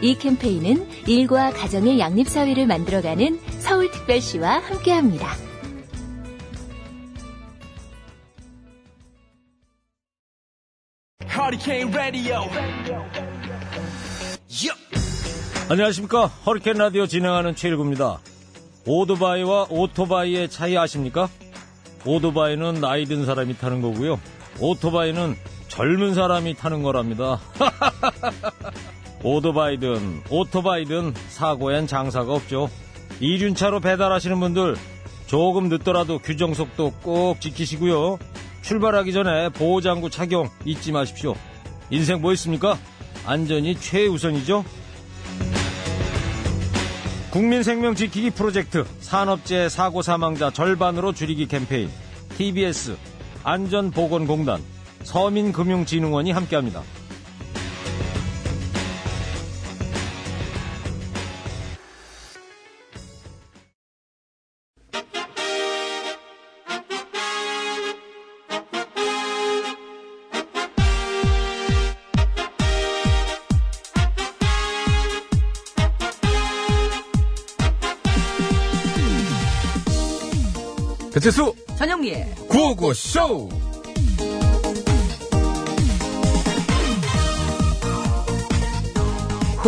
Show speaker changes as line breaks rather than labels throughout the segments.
이 캠페인은 일과 가정의 양립사회를 만들어가는 서울특별시와 함께합니다.
안녕하십니까. 허리케인 라디오 진행하는 최일구입니다. 오토바이와 오토바이의 차이 아십니까? 오토바이는 나이 든 사람이 타는 거고요. 오토바이는 젊은 사람이 타는 거랍니다. 오토바이든 오토바이든 사고엔 장사가 없죠. 이륜차로 배달하시는 분들 조금 늦더라도 규정 속도 꼭 지키시고요. 출발하기 전에 보호장구 착용 잊지 마십시오. 인생 뭐 있습니까? 안전이 최우선이죠. 국민 생명 지키기 프로젝트 산업재해 사고 사망자 절반으로 줄이기 캠페인 TBS 안전보건공단 서민금융진흥원이 함께합니다.
배치수
전영미.
구호구쇼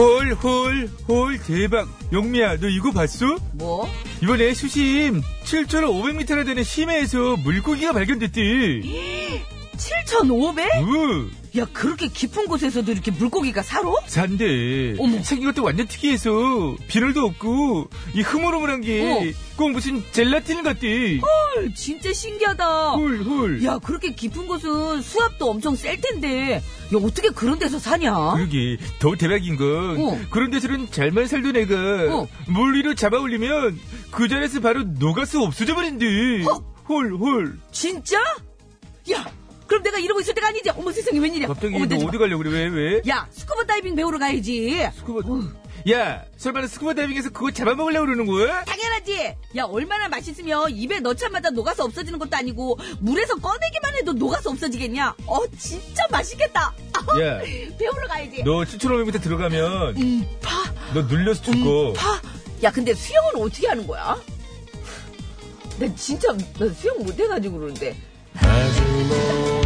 헐헐헐 대박 영미야 너 이거 봤어?
뭐?
이번에 수심 7,500m나 되는 심해에서 물고기가
예?
발견됐대
7,500?
우
야, 그렇게 깊은 곳에서도 이렇게 물고기가 살아?
산대
어머.
생긴 것도 완전 특이해서 비늘도 없고 이 흐물흐물한 게 꼭 무슨 젤라틴 같대
헐, 진짜 신기하다.
헐헐
어. 야, 그렇게 깊은 곳은 수압도 엄청 셀 텐데. 야, 어떻게 그런 데서 사냐?
그러게 더 대박인 건
어.
그런 데서는 잘만 살던 애가
어.
물 위로 잡아올리면 그 자리에서 바로 녹아서 없어져 버린대 헐헐
진짜? 야, 그럼 내가 이러고 있을 때가 아니지. 어머 세상에 웬일이야.
갑자기 너
어머, 내지 마.
어디 가려고 그래 왜 왜?
야, 어. 스쿠버 다이빙 배우러 가야지.
스쿠버 야 설마 너 스쿠버 다이빙에서 그거 잡아먹으려고 그러는 거야?
당연하지. 야, 얼마나 맛있으면 입에 넣자마자 녹아서 없어지는 것도 아니고 물에서 꺼내기만 해도 녹아서 없어지겠냐? 어, 진짜 맛있겠다. 아,
야너
배우러 가야지.
7,500m 들어가면
음파,
너 눌려서 죽고
음파. 야, 근데 수영은 어떻게 하는 거야? 나 진짜 나 수영 못 해가지고 그러는데.
뭐.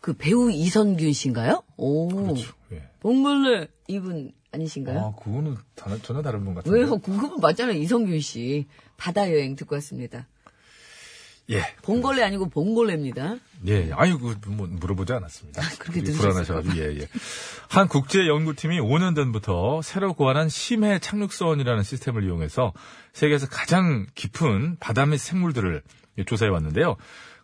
그 배우 이선균 씨인가요? 오.
예.
봉골레 이분 아니신가요?
아 그거는 다- 전혀 다른 분 같은데
네? 왜요? 그분 맞잖아요. 이성균 씨. 바다 여행 듣고 왔습니다.
예.
봉골레 아니고 봉골레입니다.
예, 아니, 그, 뭐, 물어보지 않았습니다.
아, 그렇게
우리
들으셨어요?
불안하셔가지고, 예, 예. 한 국제연구팀이 5년 전부터 새로 고안한 심해 착륙선이라는 시스템을 이용해서 세계에서 가장 깊은 바다 및 생물들을 조사해 왔는데요.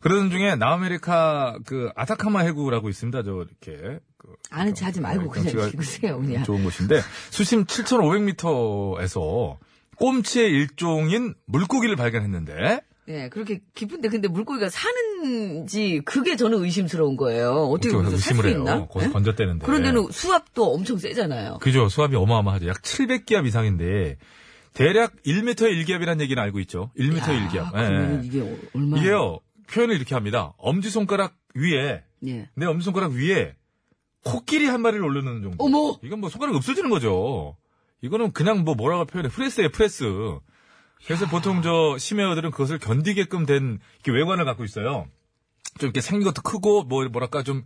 그러던 중에 남아메리카 그 아타카마 해구라고 있습니다. 저 이렇게 그
아는 체 하지 말고 그냥
경치가
읽으세요,
그러니까
그냥.
좋은 곳인데 수심 7,500m에서 꼼치의 일종인 물고기를 발견했는데
네, 그렇게 깊은데 근데 물고기가 사는지 그게 저는 의심스러운 거예요. 어떻게
어떻게
거기서 살수
그렇죠. 의심을 해요.
있나?
거기서
네?
건졌대는데.
그런데는 수압도 엄청 세잖아요.
그죠. 수압이 어마어마하죠. 약 700기압 이상인데 대략 1m의 1기압이라는 얘기는 알고 있죠. 1m의
야,
1기압. 예.
그러면 이게 얼마나?
이게요. 표현을 이렇게 합니다. 엄지손가락 위에
예.
내 엄지손가락 위에 코끼리 한 마리를 올려놓는 정도.
어머!
이건 뭐 손가락이 없어지는 거죠. 이거는 그냥 뭐 뭐라고 표현해. 프레스예요, 프레스. 그래서 보통 저 심해어들은 그것을 견디게끔 된 이렇게 외관을 갖고 있어요. 좀 이렇게 생긴 것도 크고 뭐 뭐랄까 좀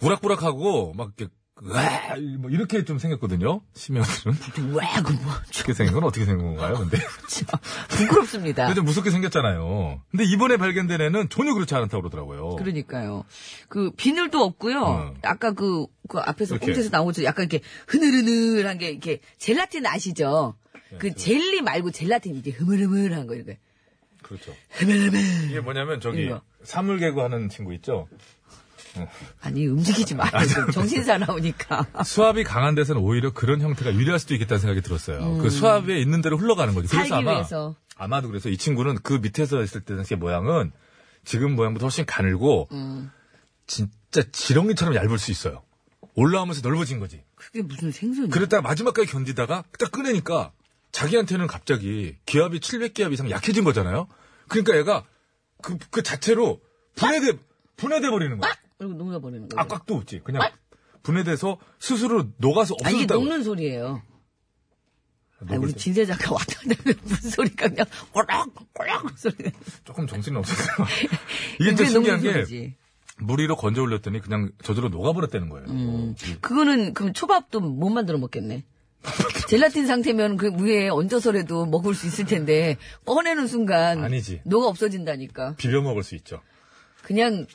우락부락하고 막 이렇게 으아! 뭐 이렇게 좀 생겼거든요. 심해어들은
왜, 그 뭐,
이렇게 생긴 건 어떻게 생긴 건가요? 근데
진짜. 부끄럽습니다.
근데 좀 무섭게 생겼잖아요. 근데 이번에 발견된 애는 전혀 그렇지 않다고 그러더라고요.
그러니까요. 그 비늘도 없고요.
뭐. 어.
아까 그, 그 앞에서
이렇게.
꽁트에서 나오죠. 약간 이렇게 흐늘흐늘한 게
네,
이렇게 젤라틴 아시죠? 그 젤리 말고 젤라틴 이게 흐물흐물한 거 이런 거.
그렇죠. 이게 뭐냐면 저기
이거.
사물개구 하는 친구 있죠.
아니 움직이지 말고 정신 사나우니까.
수압이 강한 데서는 오히려 그런 형태가 유리할 수도 있겠다는 생각이 들었어요. 그 수압에 있는 대로 흘러가는 거지. 그래서
음. 살기
아마
위해서.
아마도 그래서 이 친구는 그 밑에서 있을 때의 모양은 지금 모양보다 훨씬 가늘고
음.
진짜 지렁이처럼 얇을 수 있어요. 올라오면서 넓어진 거지.
그게 무슨 생선이야?
그랬다가 마지막까지 견디다가 딱 꺼내니까 자기한테는 갑자기 기압이 700기압 이상 약해진 거잖아요. 그러니까 얘가 그, 그 자체로 분해돼, 분해돼 버리는 거야.
그리고 녹여버리는 거예요.
아깝도 없지. 그냥 분해돼서 스스로 녹아서
아니 이게
없어졌다고.
녹는 소리예요. 아니,
녹을
우리
때.
진세 작가 왔다 갔다 하는 무슨 소리가 그냥 꼬락꼬락 소리.
조금 정신이 없었어요. 이게 또 신기한 게 물 위로 건져 올렸더니 그냥 저절로 녹아버렸다는 거예요.
음,
뭐,
그거는 그럼 초밥도 못 만들어 먹겠네. 젤라틴 상태면 그 위에 얹어서라도 먹을 수 있을 텐데 꺼내는 순간
아니지.
녹아 없어진다니까.
비벼 먹을 수 있죠.
그냥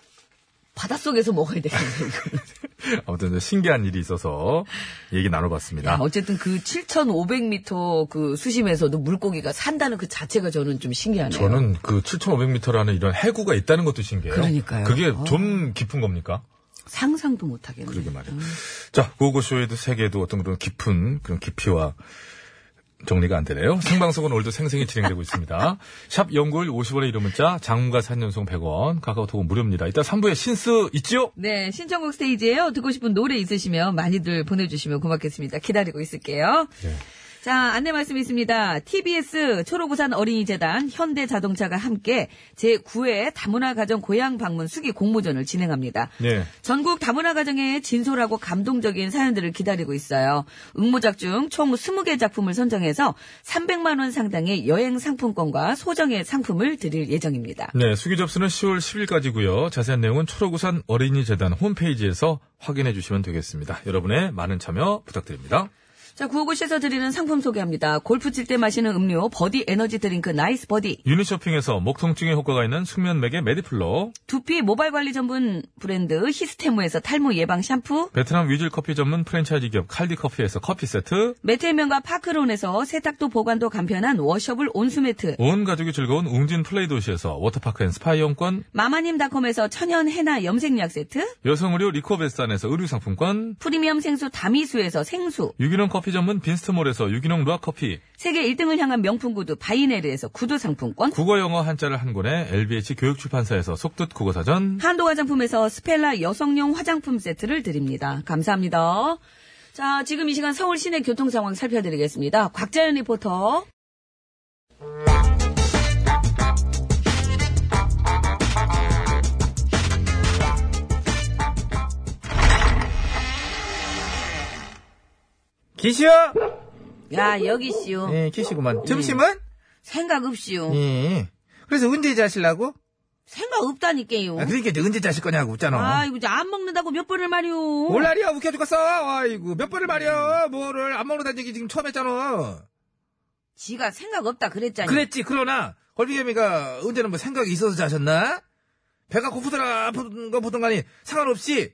바닷속에서 먹어야 되겠네. 이거는.
아무튼 이제 신기한 일이 있어서 얘기 나눠봤습니다.
어쨌든 그 7,500m 그 수심에서도 물고기가 산다는 그 자체가 저는 좀 신기하네요.
저는 그 7,500m라는 이런 해구가 있다는 것도 신기해요.
그러니까요.
그게
어.
좀 깊은 겁니까?
상상도 못 하겠네.
그러게 말이에요. 자, 고고쇼에도 세계에도 어떤 그런 깊은 그런 깊이와 정리가 안 되네요. 생방송은 오늘도 생생히 진행되고 있습니다. 샵 연구일 50원의 이름 문자, 장문과 3년송 100원, 카카오톡은 무료입니다. 이따 3부에 신스 있지요?
네, 신청곡 스테이지예요. 듣고 싶은 노래 있으시면 많이들 보내주시면 고맙겠습니다. 기다리고 있을게요. 자, 안내 말씀 있습니다. TBS 초록우산 어린이재단 현대자동차가 함께 제9회 다문화 가정 고향 방문 수기 공모전을 진행합니다.
네.
전국 다문화 가정의 진솔하고 감동적인 사연들을 기다리고 있어요. 응모작 중 총 20개 작품을 선정해서 300만 원 상당의 여행 상품권과 소정의 상품을 드릴 예정입니다.
네, 수기 접수는 10월 10일까지고요. 자세한 내용은 초록우산 어린이재단 홈페이지에서 확인해 주시면 되겠습니다. 여러분의 많은 참여 부탁드립니다.
자, 구호고시에서 드리는 상품 소개합니다. 골프 칠 때 마시는 음료 버디 에너지 드링크 나이스 버디.
유니쇼핑에서 목 통증에 효과가 있는 숙면맥의 메디플로,
두피 모발 관리 전문 브랜드 히스테모에서 탈모 예방 샴푸.
베트남 위즐 커피 전문 프랜차이즈 기업 칼디 커피에서 커피 세트,
매트면과 파크론에서 세탁도 보관도 간편한 워셔블 온수매트.
온 가족이 즐거운 웅진 플레이 도시에서 워터파크 앤 스파 이용권,
마마님닷컴에서 천연 해나 염색약 세트.
여성 의류 리코베스탄에서 의류 상품권,
프리미엄 생수 다미수에서 생수.
유기농 커피 전문 빈스트몰에서 유기농 루아 커피,
세계 1등을 향한 명품 구두 바이네르에서 구두 상품권.
국어 영어 한자를 한 권에 LBH 교육 출판사에서 속뜻 국어 사전,
한도 화장품에서 스펠라 여성용 화장품 세트를 드립니다. 감사합니다. 자, 지금 이 시간 서울 시내 교통 상황 살펴드리겠습니다. 곽자연 리포터.
기시오!
야, 여기 씨요.
예, 기시구만. 점심은?
생각 없이요.
예. 그래서 언제 자실라고?
생각 없다니까요.
아, 그러니까 이제 언제 자실 거냐고 웃잖아.
아이고, 이제 안 먹는다고 몇 번을 말이요.
올라리야 웃겨 죽겠어. 아이고 몇 번을 말이야. 뭐를 안 먹는다는 얘기 지금 처음 했잖아.
지가 생각 없다 그랬잖아요.
그랬지. 그러나 걸비개미가 언제는 뭐 생각이 있어서 자셨나? 배가 고프더라 아픈 거 보던 간에 상관없이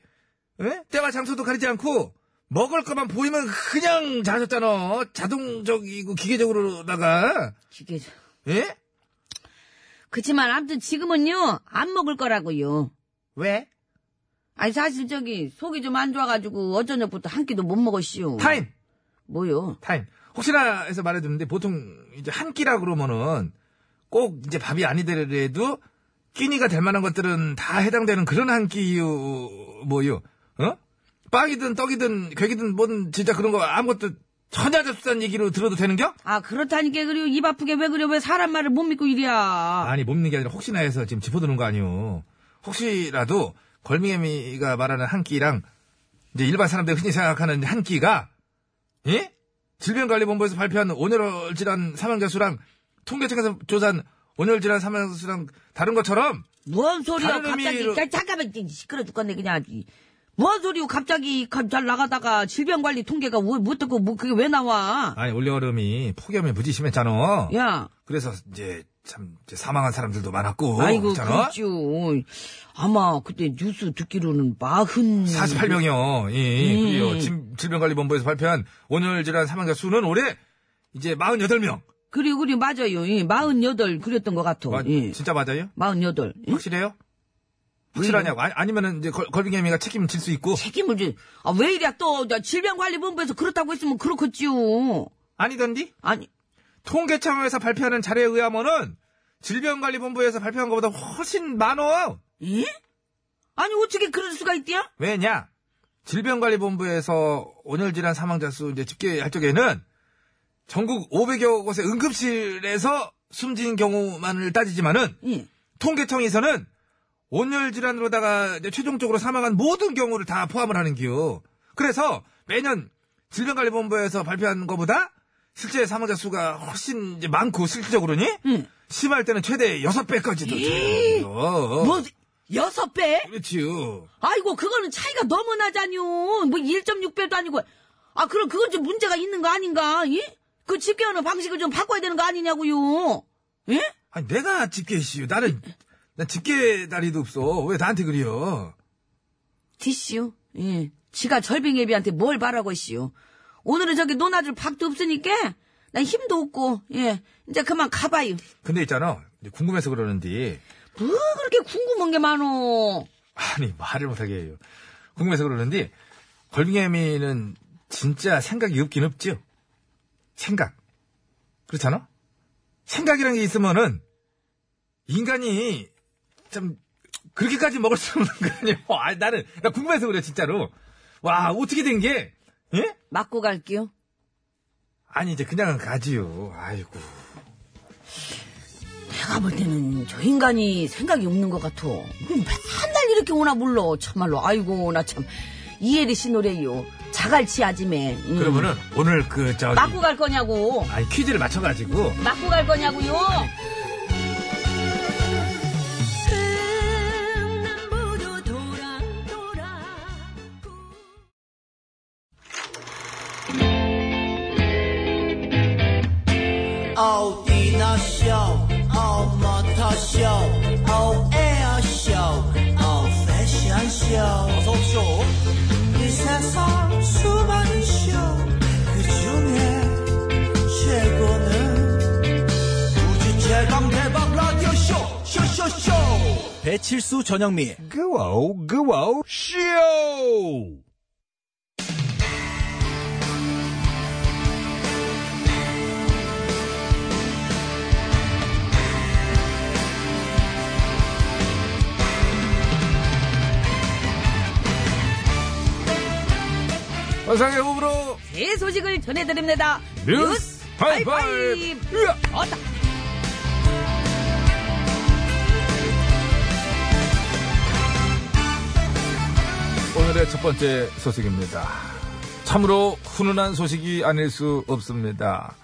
에? 때와 장소도 가리지 않고 먹을 것만 보이면 그냥 자셨잖아. 자동적이고 기계적으로다가
기계.
예?
그치만 아무튼 지금은요, 안 먹을 거라고요.
왜?
아니, 사실 저기, 속이 좀 안 좋아가지고 어저녁부터 한 끼도 못 먹었시요.
타임
뭐요?
타임. 혹시나 해서 말해드는데 보통 이제 한 끼라 그러면은 꼭 이제 밥이 아니더라도 끼니가 될 만한 것들은 다 해당되는 그런 한 끼요 뭐요? 어? 빵이든 떡이든 괴기든 뭐든 진짜 그런 거 아무것도 전혀 잡수단 얘기로 들어도 되는겨?
아, 그렇다니까 그래요. 입 아프게 왜 그래. 왜 사람 말을 못 믿고 이리야.
아니 못 믿는 게 아니라 혹시나 해서 지금 짚어두는 거 아니오. 혹시라도 걸미애미가 말하는 한 끼랑 이제 일반 사람들이 흔히 생각하는 한 끼가 예? 질병관리본부에서 발표한 온열 질환 사망자 수랑 통계청에서 조사한 온열 질환 사망자 수랑 다른 것처럼
뭔 소리야,
다른
갑자기.
의미로-
야, 잠깐만, 이제 시끄러 죽겠네, 그냥. 이- 뭔 소리요, 갑자기. 가- 잘 나가다가 질병관리 통계가 뭐, 뭐 듣고, 뭐, 그게 왜 나와?
아니 올여름이 폭염이 무지 심했잖아.
야.
그래서 이제 참 이제 사망한 사람들도 많았고
아이고,
그렇잖아.
그렇죠. 아마 그때 뉴스 듣기로는 마흔.
48명이요. 예,
음.
그래요. 질- 질병관리본부에서 발표한 온열 질환 사망자 수는 올해 이제 48명.
그리고, 그리고 맞아요. 예, 48 그렸던 것 같아.
마-
예.
진짜 맞아요?
48. 예?
확실해요? 확실하냐고. 아니, 면은 이제 걸, 걸빙개미가 책임질 수 있고.
책임을 지. 아, 왜 이래 또, 나 질병관리본부에서 그렇다고 했으면 그렇겠지요.
아니던디?
아니,
통계청에서 발표하는 자료에 의하면은 질병관리본부에서 발표한 것보다 훨씬 많어.
예? 아니, 어떻게 그럴 수가 있대요?
왜냐? 질병관리본부에서 온열질환 사망자 수 이제 집계할 적에는 전국 500여 곳의 응급실에서 숨진 경우만을 따지지만은
예.
통계청에서는 온열질환으로다가 이제 최종적으로 사망한 모든 경우를 다 포함을 하는 기요. 그래서 매년 질병관리본부에서 발표한 것보다 실제 사망자 수가 훨씬 이제 많고 실질적으로니
응.
심할 때는 최대 6배까지도 어.
뭐, 여섯 배?
그렇지요.
아이고, 그거는 차이가 너무 나잖요. 뭐, 1.6배도 아니고. 아, 그럼 그건 좀 문제가 있는 거 아닌가? 예? 그 집계하는 방식을 좀 바꿔야 되는 거 아니냐고요. 예?
아니 내가 집게시요. 나는 난 집게 다리도 없어. 왜 나한테 그래요?
디씨요. 예. 지가 절빙예비한테 뭘 바라고 있시오. 오늘은 저기 논아줄 박도 없으니까, 나 힘도 없고, 예. 이제 그만 가봐요.
근데 있잖아. 이제 궁금해서 그러는데
뭐 그렇게 궁금한 게 많어.
아니 말을 못하게 해요. 궁금해서 그러는데 걸빙애미는 진짜 생각이 없긴 없죠. 생각 그렇잖아. 생각이란 게 있으면은 인간이 참 그렇게까지 먹을 수 없는 거 아니에요. 아 나는 나 궁금해서 그래 진짜로. 와 어떻게 된 게? 예?
맞고 갈게요.
아니 이제 그냥 가지요. 아이고.
내가 볼 때는 저 인간이 생각이 없는 것 같아. 맨날 이렇게 오나 몰라. 참말로. 아이고, 나 참. 이혜리 씨 노래요. 자갈치 아지매. 음.
그러면은 오늘 그 저기
맞고 갈 거냐고.
아니 퀴즈를 맞춰가지고
맞고 갈 거냐고요.
어디나 쇼, 어머터 쇼, 어에어 쇼, 어 패션 쇼. 어서 쇼. 이 세상 수많은 쇼, 그 중에 최고는 우주 최강 대박 라디오 쇼, 쇼쇼쇼. 배칠수 전영미.
그와우, 그와우, 쇼!
환상의 호불호
새 소식을 전해드립니다. 아,
뉴스 파이파이
어다.
오늘의 첫 번째 소식입니다. 참으로 훈훈한 소식이 아닐 수 없습니다.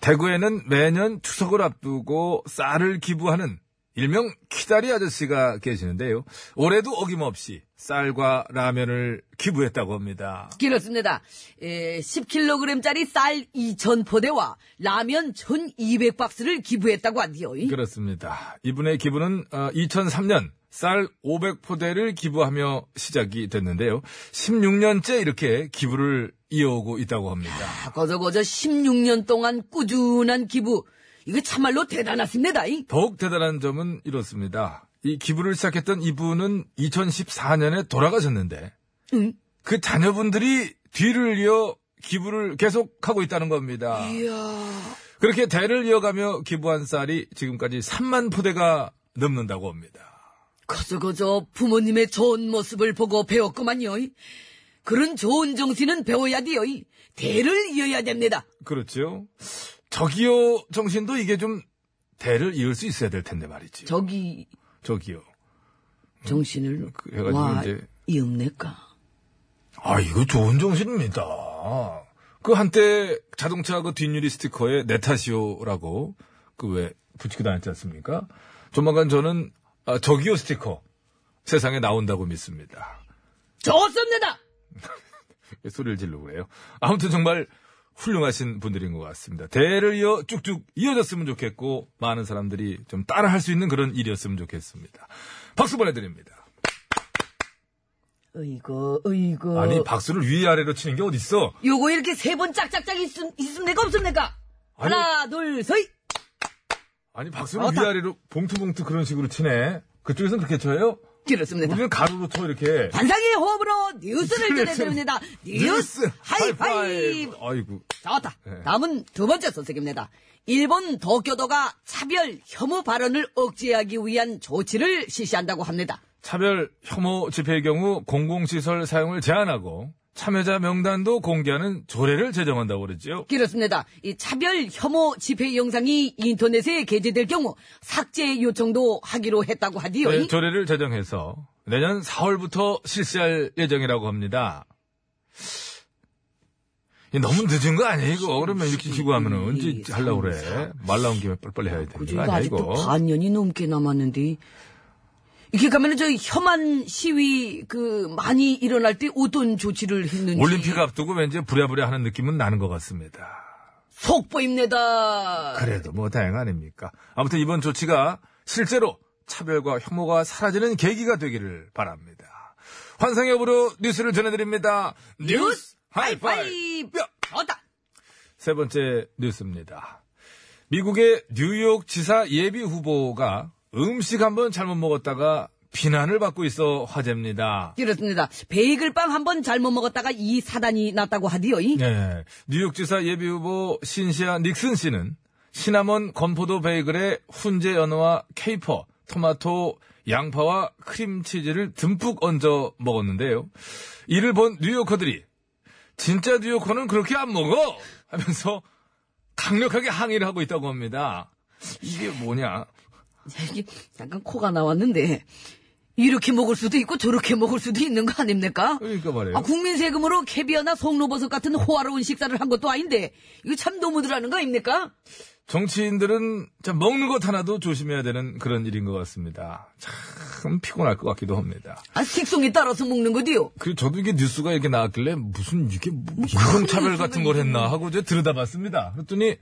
대구에는 매년 추석을 앞두고 쌀을 기부하는 일명 키다리 아저씨가 계시는데요. 올해도 어김없이 쌀과 라면을 기부했다고 합니다.
길었습니다. 10kg짜리 쌀 2,000포대와 라면 1,200박스를 기부했다고 한디요.
그렇습니다. 이분의 기부는 2003년 쌀 500포대를 기부하며 시작이 됐는데요. 16년째 이렇게 기부를 이어오고 있다고 합니다.
거저거저 16년 동안 꾸준한 기부. 이거 참말로 대단하십니다. 잉?
더욱 대단한 점은 이렇습니다. 이 기부를 시작했던 이분은 2014년에 돌아가셨는데
응.
그 자녀분들이 뒤를 이어 기부를 계속하고 있다는 겁니다. 그렇게 대를 이어가며 기부한 쌀이 지금까지 3만 포대가 넘는다고 합니다.
거저거저 부모님의 좋은 모습을 보고 배웠구만요. 잉? 그런 좋은 정신은 배워야 돼요. 잉? 대를 이어야 됩니다.
그렇죠. 저기요 정신도 이게 좀 대를 이을 수 있어야 될 텐데 말이지.
저기
저기요.
정신을
그 해가지고
와
이제-
이음내까.
아, 이거 좋은 정신입니다. 그 한때 자동차 그 뒷유리 스티커에 내 탓이요라고 그 왜 붙이고 다녔지 않습니까? 조만간 저는 아, 저기요 스티커 세상에 나온다고 믿습니다.
좋습니다.
왜 소리를 질르고 그래요. 아무튼 정말 훌륭하신 분들인 것 같습니다. 대를 이어 쭉쭉 이어졌으면 좋겠고 많은 사람들이 좀 따라할 수 있는 그런 일이었으면 좋겠습니다. 박수 보내드립니다.
어이구 어이구.
아니 박수를 위아래로 치는 게 어딨어?
요거 이렇게 세 번 짝짝짝 있음 있음 내가 없음 내가.
아니,
하나, 둘, 셋!
아니 박수는 위아래로 봉투봉투 그런 식으로 치네. 그쪽에서는 그렇게 쳐요?
그렇습니다.
우리는 가루로 쳐 이렇게.
환상의 호흡으로 뉴스를
뉴스.
전해드립니다. 뉴스 하이파이브!
아이고.
나왔다.
네.
다음은 두 번째 선택입니다. 일본 도쿄도가 차별 혐오 발언을 억제하기 위한 조치를 실시한다고 합니다.
차별 혐오 집회의 경우 공공시설 사용을 제한하고 참여자 명단도 공개하는 조례를 제정한다고 그랬지요.
그렇습니다. 이 차별 혐오 집회 영상이 인터넷에 게재될 경우 삭제 요청도 하기로 했다고 하디요.
네, 조례를 제정해서 내년 4월부터 실시할 예정이라고 합니다. 이게 너무 늦은 거 아니에요? 이거 그러면 이렇게 지고 하면 은 언제 하려고 그래? 말 나온 김에 빨리빨리 해야 되는
그지
거 아니야
아직도
이거?
반년이 넘게 남았는데 이렇게 가면은 저 혐한 시위 그 많이 일어날 때 어떤 조치를 했는지
올림픽 앞두고 왠지 부랴부랴 하는 느낌은 나는 것 같습니다.
속보입니다.
그래도 뭐 다행 아닙니까? 아무튼 이번 조치가 실제로 차별과 혐오가 사라지는 계기가 되기를 바랍니다. 환상의 업으로 뉴스를 전해드립니다. 뉴스 하이파이브!
하이파이브! 어다.
세 번째 뉴스입니다. 미국의 뉴욕 지사 예비 후보가 음식 한번 잘못 먹었다가 비난을 받고 있어 화제입니다.
그렇습니다. 베이글 빵 한 번 잘못 먹었다가 이 사단이 났다고 하디요. 이?
네. 뉴욕지사 예비후보 신시아 닉슨 씨는 시나몬 건포도 베이글에 훈제 연어와 케이퍼, 토마토, 양파와 크림치즈를 듬뿍 얹어 먹었는데요. 이를 본 뉴요커들이 진짜 뉴요커는 그렇게 안 먹어! 하면서 강력하게 항의를 하고 있다고 합니다. 이게 뭐냐?
이게 잠깐 코가 나왔는데 이렇게 먹을 수도 있고 저렇게 먹을 수도 있는 거 아닙니까?
그러니까 말이에요.
아, 국민 세금으로 캐비어나 송로버섯 같은 호화로운 식사를 한 것도 아닌데 이거 참 너무들하는 거 아닙니까?
정치인들은 참 먹는 것 하나도 조심해야 되는 그런 일인 것 같습니다. 참 피곤할 것 같기도 합니다.
아, 식성에 따라서 먹는 거디요.
그 저도 이게 뉴스가 이렇게 나왔길래 무슨 이게 무슨 차별 같은 걸 했나 하고 이제 들여다봤습니다. 그랬더니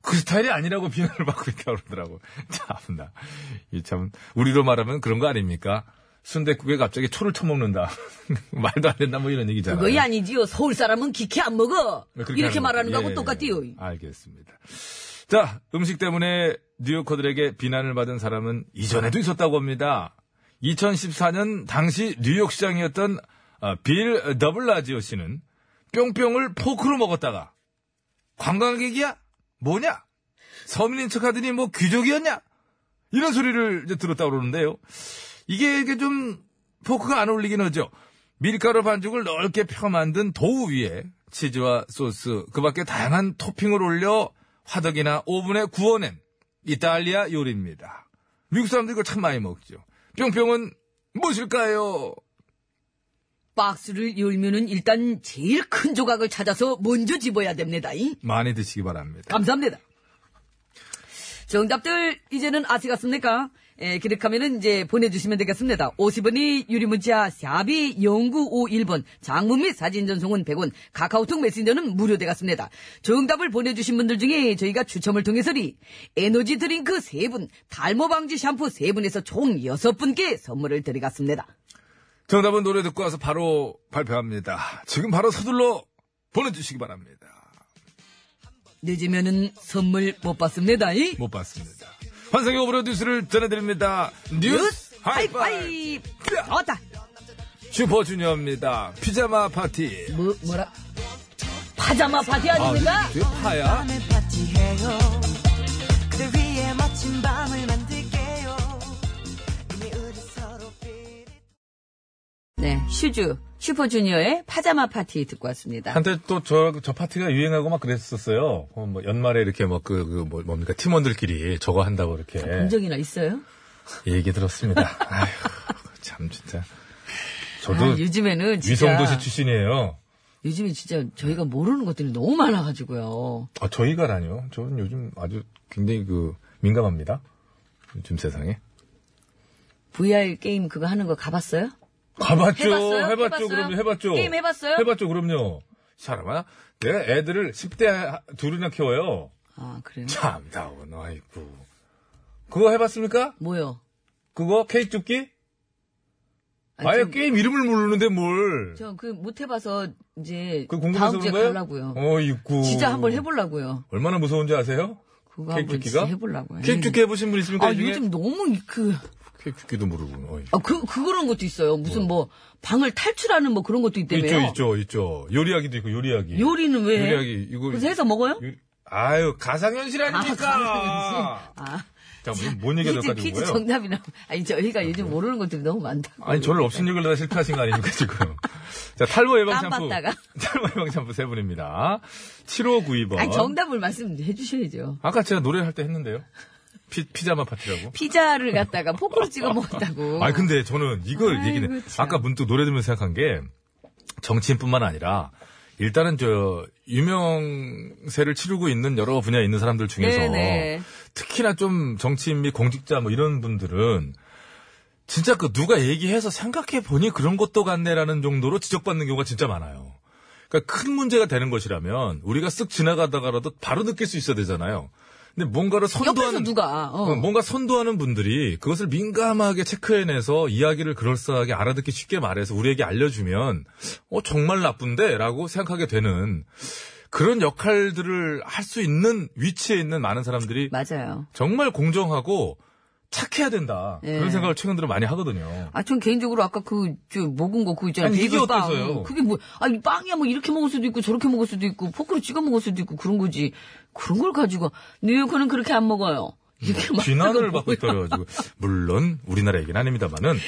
그 스타일이 아니라고 비난을 받고 있다고 그러더라고. 참나. 이참 우리로 말하면 그런 거 아닙니까? 순대국에 갑자기 초를 쳐먹는다. 말도 안 된다 뭐 이런 얘기잖아요.
그거이 아니지요. 서울 사람은 기케 안 먹어.
네, 그렇게
이렇게
하는
말하는
거죠.
거하고
예,
똑같디요.
예, 알겠습니다. 자, 음식 때문에 뉴요커들에게 비난을 받은 사람은 이전에도 있었다고 합니다. 2014년 당시 뉴욕시장이었던 아, 빌 더블라지오 씨는 뿅뿅을 포크로 먹었다가 관광객이야? 뭐냐? 서민인 척하더니 뭐 귀족이었냐? 이런 소리를 이제 들었다고 그러는데요. 이게 이게 좀 포크가 안 어울리긴 하죠. 밀가루 반죽을 넓게 펴 만든 도우 위에 치즈와 소스, 그 밖에 다양한 토핑을 올려 화덕이나 오븐에 구워낸 이탈리아 요리입니다. 미국 사람들 이거 참 많이 먹죠. 뿅뿅은 무엇일까요?
박스를 열면은 일단 제일 큰 조각을 찾아서 먼저 집어야 됩니다. 이?
많이 드시기 바랍니다.
감사합니다. 정답들 이제는 아시겠습니까? 예, 기록하면은 이제 보내주시면 되겠습니다. 50원이 유리문자 샵이 0951번 장문 및 사진 전송은 100원 카카오톡 메신저는 무료되겠습니다. 정답을 보내주신 분들 중에 저희가 추첨을 통해서리 에너지 드링크 3분 탈모방지 샴푸 3분에서 총 6분께 선물을 드리겠습니다.
정답은 노래 듣고 와서 바로 발표합니다. 지금 바로 서둘러 보내주시기 바랍니다.
늦으면은 선물 못 받습니다. 이?
못 봤습니다. 환상의 오브로 뉴스를 전해드립니다. 뉴스 하이파이
하이파이브! 어따!
슈퍼주니어입니다. 피자마 파티.
뭐, 뭐라? 파자마 파티 아닙니까?
아, 이게 파야?
밤에 파티해요 그대 위에 멋진 밤을 만들게요 이미 우리 서로 빛
네, 슈즈 슈퍼주니어의 파자마 파티 듣고 왔습니다.
한때 또 저 저 파티가 유행하고 막 그랬었어요. 어, 뭐 연말에 이렇게 막그 그 뭐- 뭡니까 팀원들끼리 저거 한다고 이렇게
본 적이나 있어요?
얘기 들었습니다. 아휴 참 진짜 저도
아, 요즘에는 진짜
위성도시 출신이에요.
요즘에 진짜 저희가 모르는 것들이 너무 많아가지고요.
아 저희가라뇨. 저는 요즘 아주 굉장히 그 민감합니다. 요즘 세상에
VR 게임 그거 하는 거 가봤어요?
가봤죠.
해봤어요? 해봤어요?
그럼요. 해봤죠.
게임 해봤어요?
해봤죠. 그럼요. 사람아 내가 애들을 10대 하- 둘이나 키워요.
아 그래요?
참다운 아이고. 그거 해봤습니까?
뭐요?
그거 케이크 줍기?
아,
아예 게임 이름을 모르는데 뭘.
전 그 못 해봐서 이제
그 궁금해서
다음 주에
그런 거예요?
가려고요.
어, 있고.
진짜 한번 해보려고요.
얼마나 무서운지 아세요?
그거 한번
케이크
진짜
뜯기가?
해보려고요.
케이크 기 해보신 분 있습니까?
아,
이 중에?
요즘 너무 그,
케이크 기도 모르고. 어이.
아, 그, 그런 것도 있어요. 무슨 뭐, 방을 탈출하는 뭐 그런 것도
있죠,
있다며요.
있죠, 있죠. 요리하기도 있고, 요리하기.
요리는 왜?
요리하기, 이거.
그래서 해서 먹어요?
요리- 아유, 가상현실
아,
아닙니까?
가상현실. 아,
잠깐만, 뭔 얘기가
퀴즈,
될까, 지금.
퀴즈
뭐예요?
정답이라고. 아니, 저희가 요즘 모르는 것들이 너무 많다고.
아니, 저를 없인 얘기를 다 실패하신 거 아닙니까, 지금. 자, 탈모 예방
땀
샴푸.
봤다가.
탈모 예방 샴푸 세 분입니다. 7592번.
아니, 정답을 말씀해 주셔야죠.
아까 제가 노래할 때 했는데요. 피, 피자마 파티라고.
피자를 갖다가 포크로 찍어 먹었다고.
아니, 근데 저는 이걸
아이고,
얘기네.
참.
아까 문득 노래 들으면서 생각한 게 정치인뿐만 아니라 일단은 저 유명세를 치르고 있는 여러 분야에 있는 사람들 중에서
네네.
특히나 좀 정치인 및 공직자 뭐 이런 분들은 진짜 그 누가 얘기해서 생각해 보니 그런 것도 같네라는 정도로 지적받는 경우가 진짜 많아요. 그러니까 큰 문제가 되는 것이라면 우리가 쓱 지나가다가라도 바로 느낄 수 있어야 되잖아요. 근데 뭔가를
옆에서
선도하는
누가, 어.
어, 뭔가 선도하는 분들이 그것을 민감하게 체크해내서 이야기를 그럴싸하게 알아듣기 쉽게 말해서 우리에게 알려주면 어 정말 나쁜데라고 생각하게 되는 그런 역할들을 할 수 있는 위치에 있는 많은 사람들이
맞아요.
정말 공정하고 착해야 된다
예.
그런 생각을 최근 들어 많이 하거든요.
아, 전 개인적으로 아까 그, 저, 먹은 거 그거 있잖아요.
아니, 이게
베이글 빵.
어때서요?
그게 뭐, 아, 이 빵이야 뭐 이렇게 먹을 수도 있고 저렇게 먹을 수도 있고 포크로 찍어 먹을 수도 있고 그런 거지. 그런 걸 가지고. 뉴욕은 그렇게 안 먹어요. 이렇게 막.
비난을 받고 있더라가지고 물론 우리나라 얘기는 아닙니다만은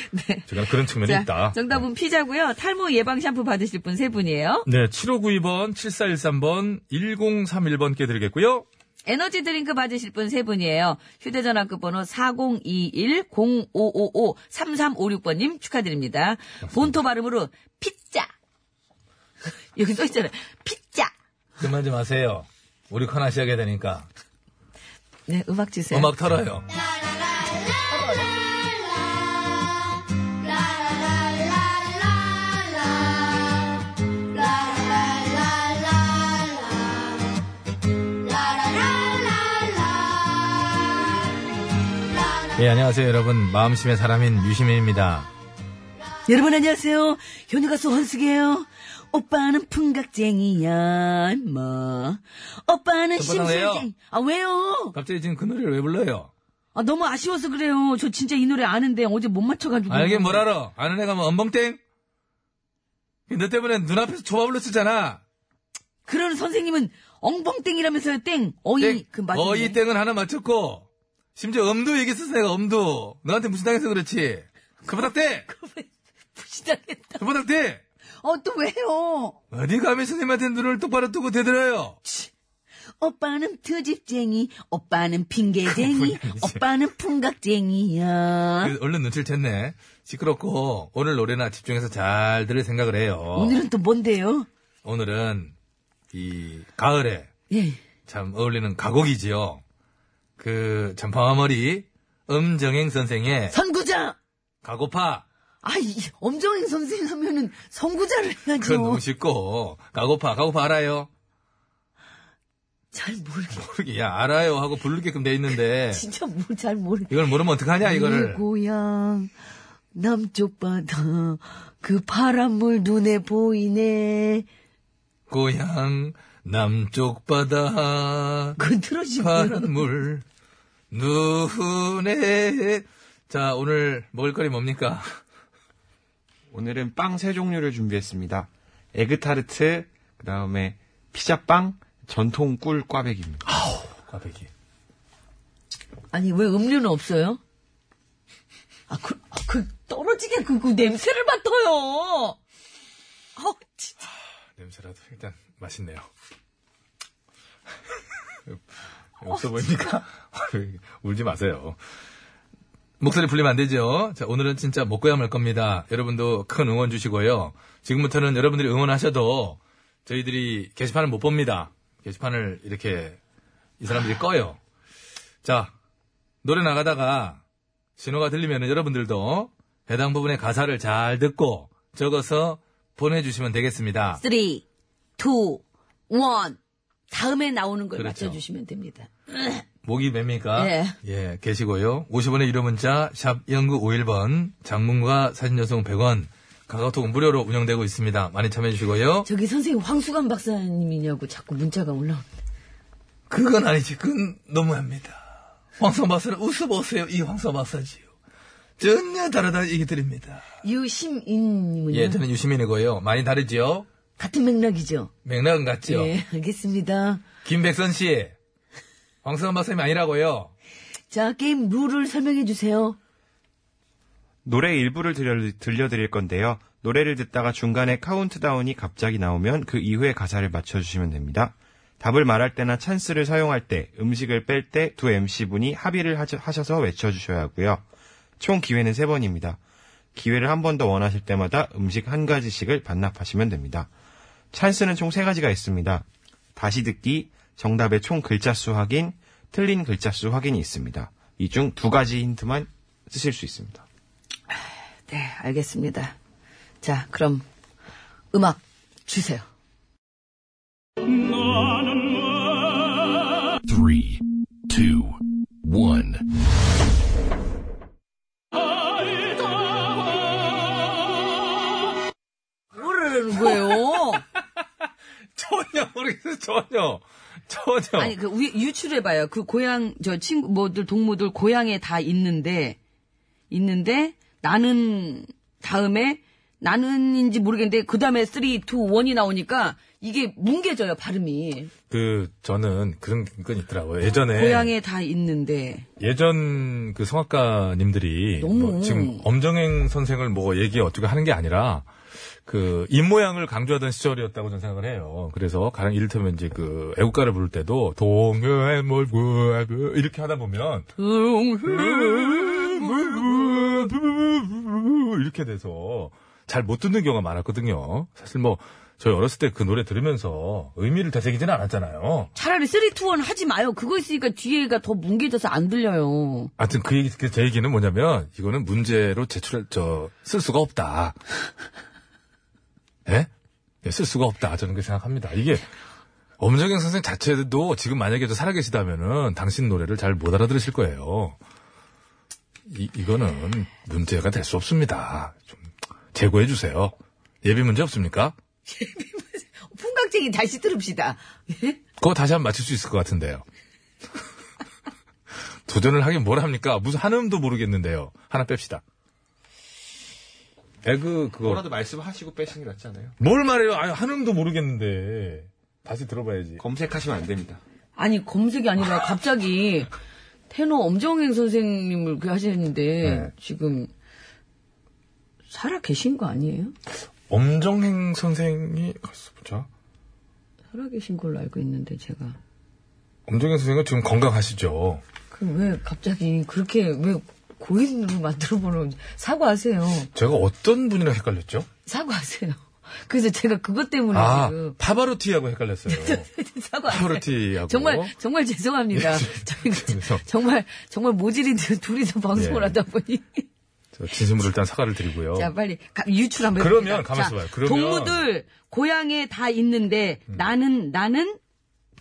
제가 그런 측면이
네. 자,
있다.
정답은 피자고요. 탈모 예방 샴푸 받으실 분 세 분이에요.
네, 7592번, 7413번, 1031번께 드리겠고요.
에너지 드링크 받으실 분 세 분이에요. 휴대전화 끝번호 4021-0555-3356번님 축하드립니다. 본토 발음으로 피자. 여기 써있잖아요. 피자.
그만 좀 하세요. 우리 하나 시작해야 되니까.
네, 음악 주세요.
음악 털어요. 예, 안녕하세요, 여러분. 마음심의 사람인 유시민입니다.
여러분 안녕하세요. 현우 가수 헌숙이에요. 오빠는 풍각쟁이야, 임마. 오빠는
저보다 왜요?
심술쟁이. 아, 왜요?
갑자기 지금 그 노래를 왜 불러요?
아, 너무 아쉬워서 그래요. 저 진짜 이 노래 아는데 어제 못 맞춰가지고.
알긴 뭘 알아. 아는 애가 뭐 엄벙땡? 너 때문에 눈앞에서 조밥을 넣었잖아.
그런 선생님은 엉벙땡이라면서요, 땡. 어이. 그 맞네.
어이 땡은 하나 맞췄고, 심지어 엄두 얘기했었어, 내가 엄두. 너한테 무슨 당해서 그렇지. 그 바닥 대!
부시당했다.
그 바닥 대!
어, 또 왜요?
어디 감히 선생님한테 눈을 똑바로 뜨고 대들어요?
오빠는 트집쟁이, 오빠는 핑계쟁이, 오빠는 풍각쟁이야.
그래서 얼른 눈치를 챘네. 시끄럽고 오늘 노래나 집중해서 잘 들을 생각을 해요.
오늘은 또 뭔데요?
오늘은 이 가을에
예.
참 어울리는 가곡이지요. 그 전파머리 음정행 선생의
선구자!
가고파
아이, 엄정인 선생 하면은 선구자를
그건
해야죠.
너무 쉽고 가고파 가고파 알아요?
잘 모르겠,
모르게 야 알아요 하고 부르게끔 돼 있는데
진짜 뭘, 잘 모르겠.
이걸 모르면 어떡하냐
우리
아, 이거를
고향, 남쪽 바다, 그 파란물 눈에 보이네.
고향 남쪽 바다
그건 틀어지고요.
파란 물 눈에 자 오늘 먹을거리 뭡니까?
오늘은 빵 세 종류를 준비했습니다. 에그타르트, 그 다음에 피자빵, 전통 꿀 꽈배기입니다.
꽈배기.
아니, 왜 음료는 없어요? 아, 그, 아, 그, 떨어지게 그, 그 냄새를 맡아요! 아 진짜.
냄새라도 일단 맛있네요. 없어 보입니까? 울지 마세요. 목소리 풀리면 안 되죠? 자, 오늘은 진짜 먹고야 말 겁니다. 여러분도 큰 응원 주시고요. 지금부터는 여러분들이 응원하셔도 저희들이 게시판을 못 봅니다. 게시판을 이렇게 이 사람들이 꺼요. 자, 노래 나가다가 신호가 들리면 여러분들도 해당 부분의 가사를 잘 듣고 적어서 보내주시면 되겠습니다.
3, 2, 1. 다음에 나오는 걸
그렇죠.
맞춰주시면 됩니다.
목이 맵니까?
예.
예, 계시고요. 50원의 유료 문자, 샵 0951번, 장문과 사진 여성 100원, 카카오톡은 무료로 운영되고 있습니다. 많이 참여해주시고요.
저기 선생님 황수관 박사님이냐고 자꾸 문자가 올라옵니다.
그건 아니지. 그건 너무합니다. 황사 마사는 웃어보세요. 이 황사 마사지요. 전혀 다르다는 얘기 드립니다.
유심인님은요?
예, 저는 유시민이고요. 많이 다르지요?
같은 맥락이죠?
맥락은 같죠?
예, 알겠습니다.
김백선 씨. 황사한 박사님 아니라고요.
자, 게임 룰을 설명해 주세요.
노래 일부를 들려, 드릴 건데요. 노래를 듣다가 중간에 카운트다운이 갑자기 나오면 그 이후에 가사를 맞춰주시면 됩니다. 답을 말할 때나 찬스를 사용할 때, 음식을 뺄 때 두 MC분이 합의를 하셔- 하셔서 외쳐주셔야 하고요. 총 기회는 세번입니다 기회를 한 번 더 원하실 때마다 음식 한 가지씩을 반납하시면 됩니다. 찬스는 총 세가지가 있습니다. 다시 듣기, 정답의 총 글자 수 확인, 틀린 글자 수 확인이 있습니다. 이 중 두 가지 힌트만 쓰실 수 있습니다.
네, 알겠습니다. 자, 그럼 음악 주세요.
Three, two, one.
뭐라는 거예요?
전혀 모르겠어요. 전혀. 전혀.
아니, 그 위- 유출해봐요. 그 고향, 저 친구, 뭐들, 동무들 고향에 다 있는데, 있는데, 나는, 다음에, 나는인지 모르겠는데, 그 다음에 3, 2, 1이 나오니까, 이게 뭉개져요, 발음이.
그, 저는 그런 건 있더라고요. 예전에.
고향에 다 있는데.
예전 그 성악가님들이
너무.
뭐 지금 엄정행 선생을 뭐 얘기 어떻게 하는 게 아니라 그 입모양을 강조하던 시절이었다고 저는 생각을 해요. 그래서 가령 이를테면 이제 그 애국가를 부를 때도 동해 몰고 이렇게 하다 보면 음. 이렇게 돼서 잘 못 듣는 경우가 많았거든요. 사실 뭐 저희 어렸을 때 그 노래 들으면서 의미를 되새기지는 않았잖아요.
차라리 3, 2, 1 하지 마요. 그거 있으니까 뒤에가 더 뭉개져서 안 들려요.
하여튼 그 얘기, 그제 얘기는 뭐냐면, 이거는 문제로 제출할, 저, 쓸 수가 없다. 예? 예, 쓸 수가 없다. 저는 그렇게 생각합니다. 이게, 엄정영 선생 자체도 지금 만약에 저 살아계시다면은 당신 노래를 잘 못 알아들으실 거예요. 이, 이거는 문제가 될 수 없습니다. 좀, 제고해주세요. 예비 문제 없습니까?
풍각쟁이 다시 들읍시다.
그거 다시 한번 맞출 수 있을 것 같은데요. 도전을 하긴 뭘 합니까? 무슨 한음도 모르겠는데요. 하나 뺍시다. 에그 그거
뭐라도 말씀하시고 빼시는 게 낫지 않아요?
뭘 말해요? 아유 한음도 모르겠는데 다시 들어봐야지.
검색하시면 안 됩니다.
아니, 검색이 아니라 갑자기, 테너 엄정행 선생님을 그 하시는데,
네.
지금, 살아 계신 거 아니에요?
엄정행 선생이 가서 보자.
살아 계신 걸로 알고 있는데, 제가.
엄정행 선생은 지금 건강하시죠?
그럼 왜 갑자기 그렇게, 왜 고인으로 만들어보는, 사과하세요.
제가 어떤 분이랑 헷갈렸죠?
사과하세요. 그래서 제가 음, 그것 때문에
아
지금,
파바로티하고 헷갈렸어요.
사과하세요.
파바로티하고 예.
정말, 정말 죄송합니다. 저희가
그래서
정말, 정말 모질이 둘이서 방송을
예.
하다 보니.
저 진심으로 일단 사과를 드리고요.
자, 빨리 가- 유출 한번
어. 그러면
해봅시다.
가만있어
자,
봐요. 그러면- 음.
동무들 고향에 다 있는데 나는 나는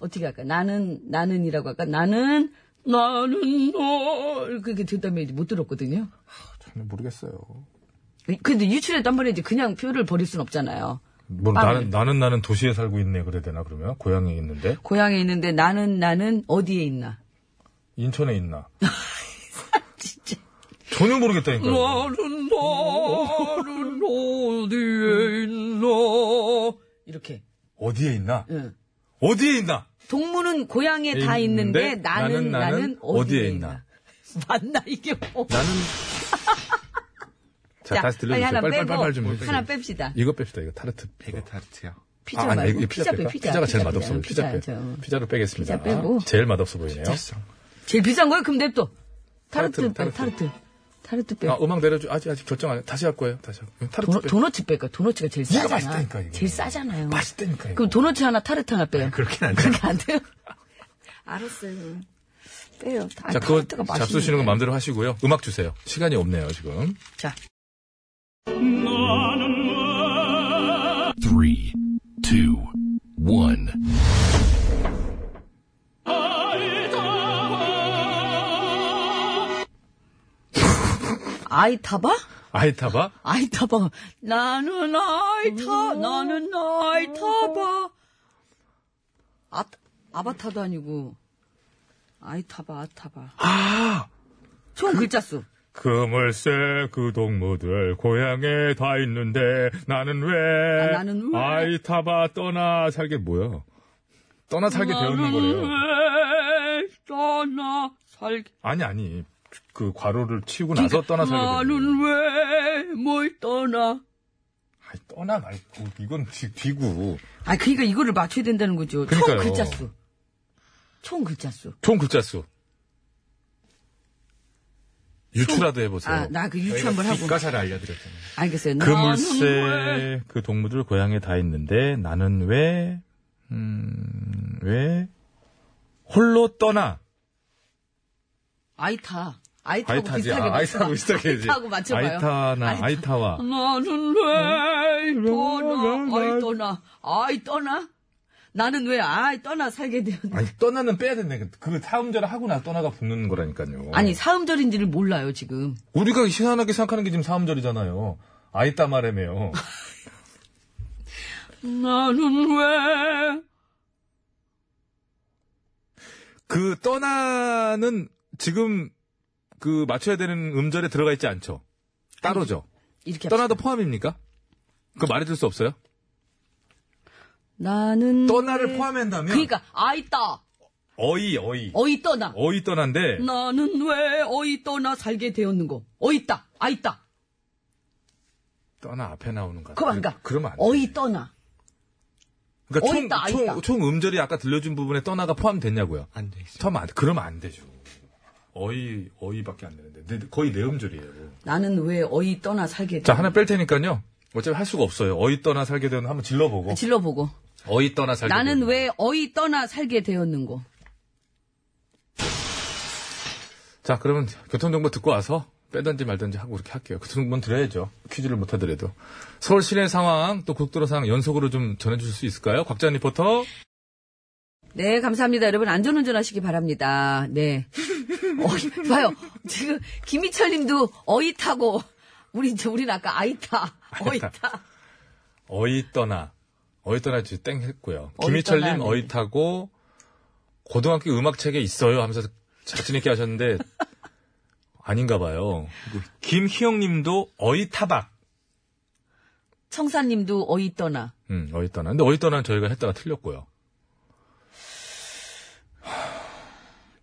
어떻게 할까? 나는 나는이라고 할까? 나는 나는 너 그렇게 듣다면 이제 못 들었거든요.
전혀 모르겠어요.
근데 유출했단 한번 이제 그냥 표를 버릴 순 없잖아요. 네.
뭐
빵을.
나는 나는 나는 도시에 살고 있네 그래야 되나 그러면 고향에 있는데
고향에 있는데 나는 나는 어디에 있나?
인천에 있나? 전혀 모르겠다니까요.
나는 나는 어디에 있나? 이렇게.
어디에 있나?
응.
어디에 있나?
동물은 고향에 다
있는데
있는데 나는 나는, 어디에, 있나? 맞나 이게 뭐?
나는 자, 다시 들려주세요.
하나
빨리 빨리 빨리
빼고
빨리 좀
하나
해주세요.
뺍시다.
이거 뺍시다. 이거 타르트. 이거.
에그 타르트요.
피자
아, 아니,
말고
이거 피자 뺄까? 피자, 가 제일 맛없어. 피자 빼.
저.
피자로 빼겠습니다. 아,
피자 빼고.
제일 맛없어 보이네요. 아,
제일 비싼 거예요? 그럼 냅둬. 타르트
타르트,
빼, 타르트.
타르트.
타르트 빼.
아, 음악 내려줘. 아직 아직 결정 안 해. 다시 할 거예요. 다시 할 거예요. 타르트
도너,
빼.
도너츠 뺄까? 도너츠가 제일
이거
싸잖아.
맛있다니까, 이거.
제일 싸잖아요.
맛있다니까. 이거.
그럼 도너츠 하나, 타르트 하나 빼요.
그렇긴 안 돼.
그렇게 안 돼요? 알았어요. 빼요. 아,
자, 그거
타르트가
잡수시는 거
맛있는데.
마음대로 하시고요. 음악 주세요. 시간이 없네요, 지금.
자,
Three, two, one.
아
아이타바?
아이타바?
아이타바. 나는 아이타, 나는 아이타바. 아, 아바타도 아니고, 아이타바, 아타바.
아!
총 글자 수.
그물새 그 동무들 고향에 다 있는데 나는 왜,
아, 나는 왜?
이타바 떠나 살게 뭐야? 떠나 살게 배우는 거래요.
왜 떠나 살게.
아니 아니 그 과로를 치우고
그러니까
나서 떠나 살게 배우는 거예요.
왜뭘 떠나?
아이, 떠나 말고 어, 이건 뒤, 뒤고
아, 그니까 이거를 맞춰야 된다는 거죠.
그러니까요.
총 글자 수. 총 글자 수.
총 글자 수 유추라도 해보세요.
아, 나 그 유추 한번 하고.
어. 뒷가사를 알려드렸잖아요.
알겠어요.
그물새 그 동무들 고향에 다 있는데 나는 왜, 음, 왜 홀로 떠나
아이타. 아이타하고
아이타지
비슷하게.
아, 아이타하고 비슷하게 해야지.
아이타하고 맞춰봐요.
아이타나
아이타. 음.
아이타와
나는 왜 떠나? 아이 떠나. 아이 떠나? 나는 왜 아이 떠나 살게 되었나?
아니 떠나는 빼야 된다. 그- 그 사음절 하고 나 떠나가 붙는 거라니까요.
아니, 사음절인지를 몰라요, 지금.
우리가 희한하게 생각하는 게 지금 사음절이잖아요. 아이따 마레메요.
나는 왜
그 떠나는 지금 그 맞춰야 되는 음절에 들어가 있지 않죠. 따로죠.
이렇게
떠나도 포함입니까? 그거 말해줄 수 없어요?
나는
떠나를 포함한다면
그러니까 아이따
어이 어이
어이 떠나
어이 떠난데
나는 왜 어이 떠나 살게 되었는고 어이따 아이따
떠나 앞에 나오는 거야.
그거 안 가.
그러면 안 돼.
어이 떠나
그러니까 총,
어이따,
총,
어이따.
총 음절이 아까 들려준 부분에 떠나가 포함됐냐고요. 안 돼. 처음 안, 그러면 안 되죠. 어이, 어이밖에 안 되는데. 네, 거의 내 음절이에요.
나는 왜 어이 떠나 살게
자,
되었는고
하나 뺄 테니까요. 어차피 할 수가 없어요. 어이 떠나 살게 되는 한번 질러보고.
질러보고
어이 떠나 살게
아, 나는
되는.
왜 어이 떠나 살게 되었는고
자, 그러면 교통정보 듣고 와서 빼든지 말든지 하고 그렇게 할게요. 교통정보는 드려야죠. 퀴즈를 못 하더라도. 서울 시내 상황, 또 국도로 상황 연속으로 좀 전해주실 수 있을까요? 곽재현 리포터.
네, 감사합니다. 여러분, 안전운전 하시기 바랍니다. 네. 어이, 봐요. 지금, 김희철 님도 어이 타고, 우리, 저, 우린 아까 아이 타. 어이
아이타.
타.
어이 떠나. 어이 떠나 지땡 했고요.
어이
김희철님
떠나,
어이 타고 고등학교 음악책에 있어요 하면서 자신 있게 하셨는데 아닌가 봐요. 김희영님도 어이 타박.
청사 님도 어이 떠나.
음, 어이 떠나. 근데 어이 떠나는 저희가 했다가 틀렸고요.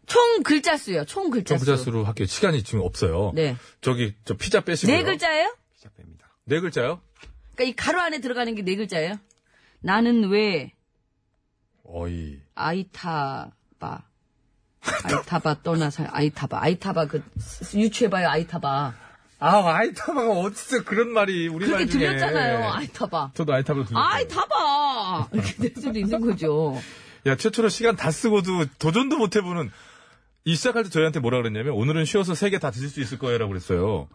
총 글자 수요, 총 글자 수.
정부자수로 할게요. 시간이 지금 없어요.
네.
저기 저 피자 빼시고요.
네 글자예요?
네 글자요?
그니까 이 가로 안에 들어가는 게 네 글자예요? 나는 왜
어이.
아이 타바. 아이 타바 떠나 살, 아이 타바. 아이 타바 그, 유추해봐요, 아이 타바.
아 아이 타박가 어디서 그런 말이 우리 예.
그렇게 들렸잖아요, 아이 타바.
저도 아이 타박을 들렸어요.
아이 타봐 이렇게 될 수도 있는 거죠.
야, 최초로 시간 다 쓰고도 도전도 못 해보는, 이 시작할 때 저희한테 뭐라 그랬냐면, 오늘은 쉬어서 세 개 다 드실 수 있을 거예요. 라고 그랬어요.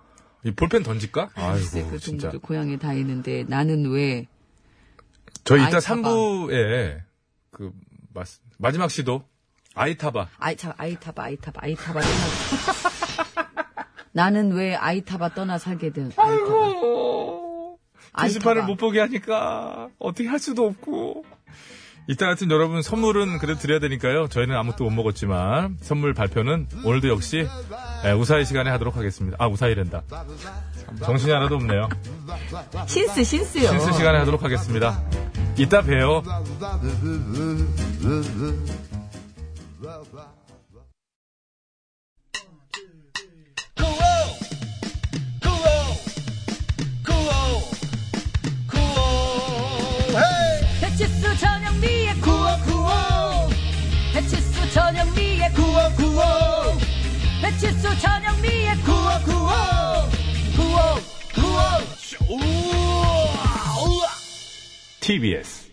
이 볼펜 던질까?
글쎄,
아이고,
그
진짜.
동물도 고향에 다 있는데 나는 왜
저희 이따
아이
3부에, 그, 마, 마지막 시도, 아이타바.
아이 참 아이 타바 아이 타바 아이 타바 떠나 나는 왜 아이 타바 떠나 살게 된
아이고,
아이
어. 게시판을
타바.
못 보게 하니까, 어떻게 할 수도 없고. 이따 같은 여러분 선물은 그래도 드려야 되니까요. 저희는 아무것도 못 먹었지만 선물 발표는 오늘도 역시 예, 우사히 시간에 하도록 하겠습니다. 아 우사히랜다. 정신이 하나도 없네요.
신스 신스요.
실수 시간에 하도록 하겠습니다. 이따 봬요.
배치수 전영미의 구호 구호 배치수 전영미의 구호 구호 배치수 전영미의 구호
TBS.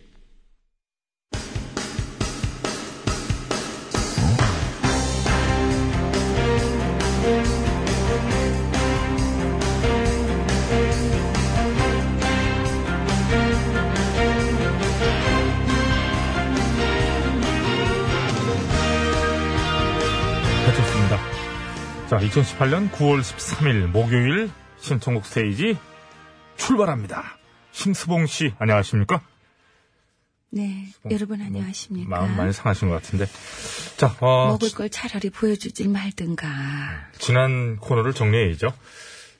좋습니다. 네, 자, 2018년 9월 13일 목요일 신청곡 스테이지 출발합니다. 심수봉 씨, 안녕하십니까?
네, 여러분 안녕하십니까?
어, 뭐, 마음 많이 상하신 것 같은데. 자, 어,
먹을 걸 차라리 보여주지 말든가.
네. 지난 코너를 정리해야죠.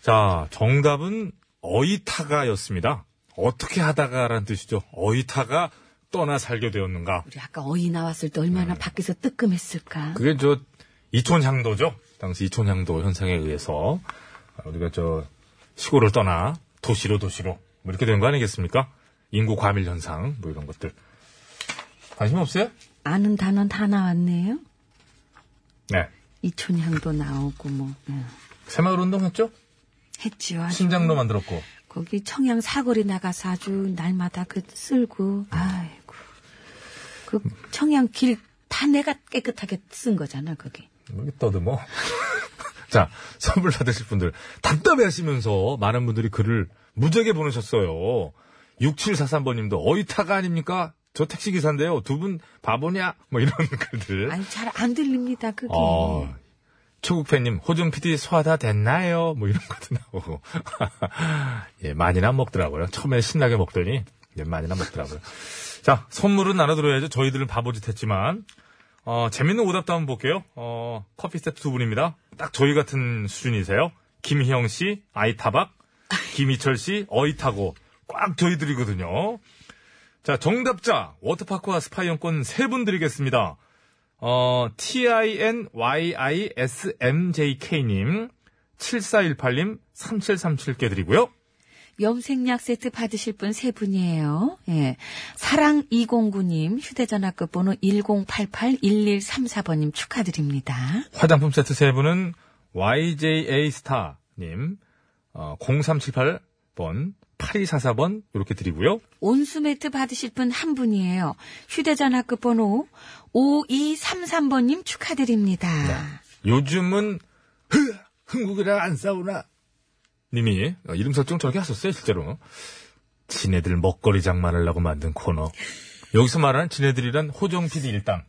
자, 정답은 어이타가였습니다. 어떻게 하다가란 뜻이죠. 어이타가 떠나 살게 되었는가.
우리 아까 어이 나왔을 때
네.
얼마나 밖에서 뜨끔했을까.
그게 저 이촌향도죠. 당시 이촌향도 현상에 의해서 우리가 저 시골을 떠나 도시로 도시로 뭐 이렇게 된 거 아니겠습니까? 인구 과밀 현상 뭐 이런 것들 관심 없어요?
아는 단어 다 나왔네요.
네.
이촌향도 나오고 뭐 응.
새마을 운동했죠?
했지요. 아주.
심장로 만들었고
거기 청양 사거리 나가서 아주 날마다 그 쓸고 아이고 그 청양 길 다 내가 깨끗하게 쓴 거잖아 거기.
여기 뭐 떠듬어. 자, 선물 받으실 분들 답답해 하시면서 많은 분들이 글을 무지하게 보내셨어요. 6743번님도 어이타가 아닙니까? 저 택시기사인데요. 두 분 바보냐? 뭐 이런 글들.
아니 잘 안 들립니다 그게.
어, 초국팬님, 호준 PD 소화다 됐나요? 뭐 이런 것도 나오고. 예, 많이나 먹더라고요. 처음에 신나게 먹더니, 예, 많이나 먹더라고요. 자, 선물은 나눠드려야죠. 저희들은 바보짓 했지만. 어, 재밌는 오답도 한번 볼게요. 어, 커피 세트 두 분입니다. 딱 저희 같은 수준이세요. 김희영 씨, 아이타박. 김희철 씨, 어이타고. 꽉 저희들이거든요. 자, 정답자, 워터파크와 스파이용권 세 분 드리겠습니다. 어, TINYISMJK님, 7418님, 3737께 드리고요.
염색약 세트 받으실 분 세 분이에요. 예. 사랑 209님, 휴대전화 끝번호 1088-1134번님 축하드립니다.
화장품 세트 세 분은 YJA스타님, 어, 0378번, 8244번, 이렇게 드리고요.
온수 매트 받으실 분 한 분이에요. 휴대전화 끝번호 5233번님 축하드립니다.
네. 요즘은, 흥! 흥국이랑 안 싸우나? 님이 어, 이름 설정 저렇게 하셨어요, 실제로. 지네들 먹거리 장만하려고 만든 코너. 여기서 말하는 지네들이란 호정 PD 일당.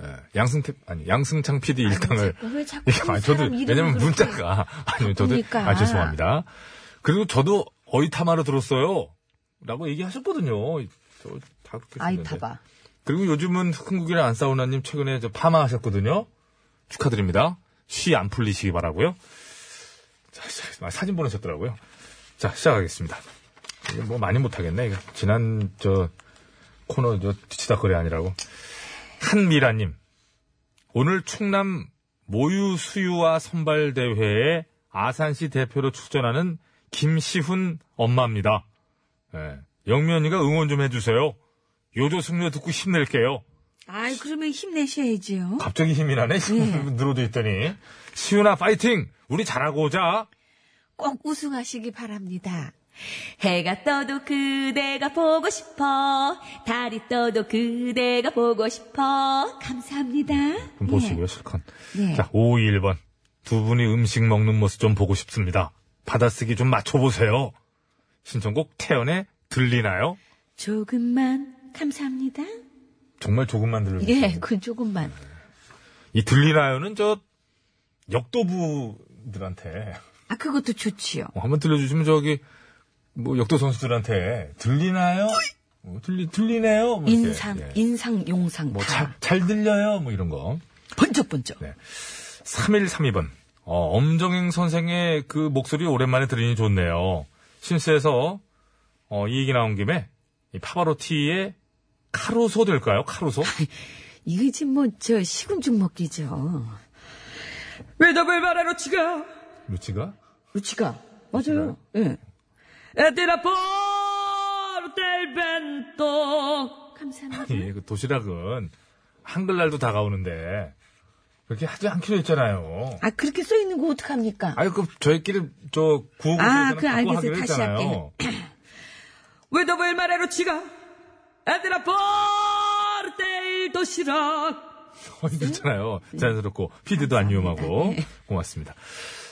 예, 양승태, 아니, 양승창 PD 일당을.
자꾸 왜 자꾸
이게
이
아니, 저도,
사람 이름을
왜냐면
그렇게-
문자가. 아니, 저도.
그러니까.
아, 죄송합니다. 그리고 저도 어이타마로 들었어요. 라고 얘기하셨거든요. 저, 다 그렇게. 썼는데.
아이타바.
그리고 요즘은 흥국이랑 안 싸우나님 최근에 저 파마 하셨거든요. 축하드립니다. 쉬 안 풀리시기 바라고요. 자, 자, 아, 사진 보내셨더라고요. 자, 시작하겠습니다. 이거 뭐 많이 못하겠네. 이거 지난 저 코너 저 뒤치다거리 아니라고. 한미라님. 오늘 충남 모유 수유와 선발 대회에 아산시 대표로 출전하는 김시훈 엄마입니다. 예. 영미 언니가 응원 좀 해주세요. 요조 승려 듣고 힘낼게요.
아이, 그러면 힘내셔야지요.
갑자기 힘이 나네.
예.
힘 늘어져 있더니. 시훈아 파이팅! 우리 잘하고 오자.
꼭 우승하시기 바랍니다.
해가 떠도 그대가 보고 싶어. 달이 떠도 그대가 보고 싶어.
감사합니다.
좀 보시고요, 실컷.
예.
자, 521번. 두 분이 음식 먹는 모습 좀 보고 싶습니다. 받아쓰기 좀 맞춰보세요. 신청곡 태연의 들리나요?
조금만 감사합니다.
정말 조금만 들려주세요
예, 그 조금만.
이 들리나요는 저 역도부들한테
아, 그것도 좋지요.
어, 한번 들려주시면 저기 뭐 역도 선수들한테 들리나요? 뭐 들리 들리네요. 뭐 이렇게.
인상,
예.
인상, 용상
뭐
다.
잘, 잘 들려요. 뭐 이런 거.
번쩍번쩍.
3132번. 어, 엄정행 선생의 그 목소리 오랜만에 들으니 좋네요. 신스에서 어, 이 얘기 나온 김에 이 파바로티의 카로소 될까요? 카로소?
이게 지금 뭐, 저, 시군죽 먹기죠.
왜 답을 말해 놓치가?
루치가?
루치가. 맞아요. 예.
에테라 포르 델 벤토.
감사합니다.
예, 그 도시락은 한글날도 다가오는데 그렇게 하지 않기로 했잖아요.
아, 그렇게 써 있는 거 어떡합니까?
아니 그 저희끼리 저 구호고
아,
아,
그
갖고
알겠어요.
하기로
다시
했잖아요.
왜 답을 말해 놓치가? 에테라 포르 델 도시락.
거의 됐잖아요. 자연스럽고 피드도 안 위험하고 고맙습니다.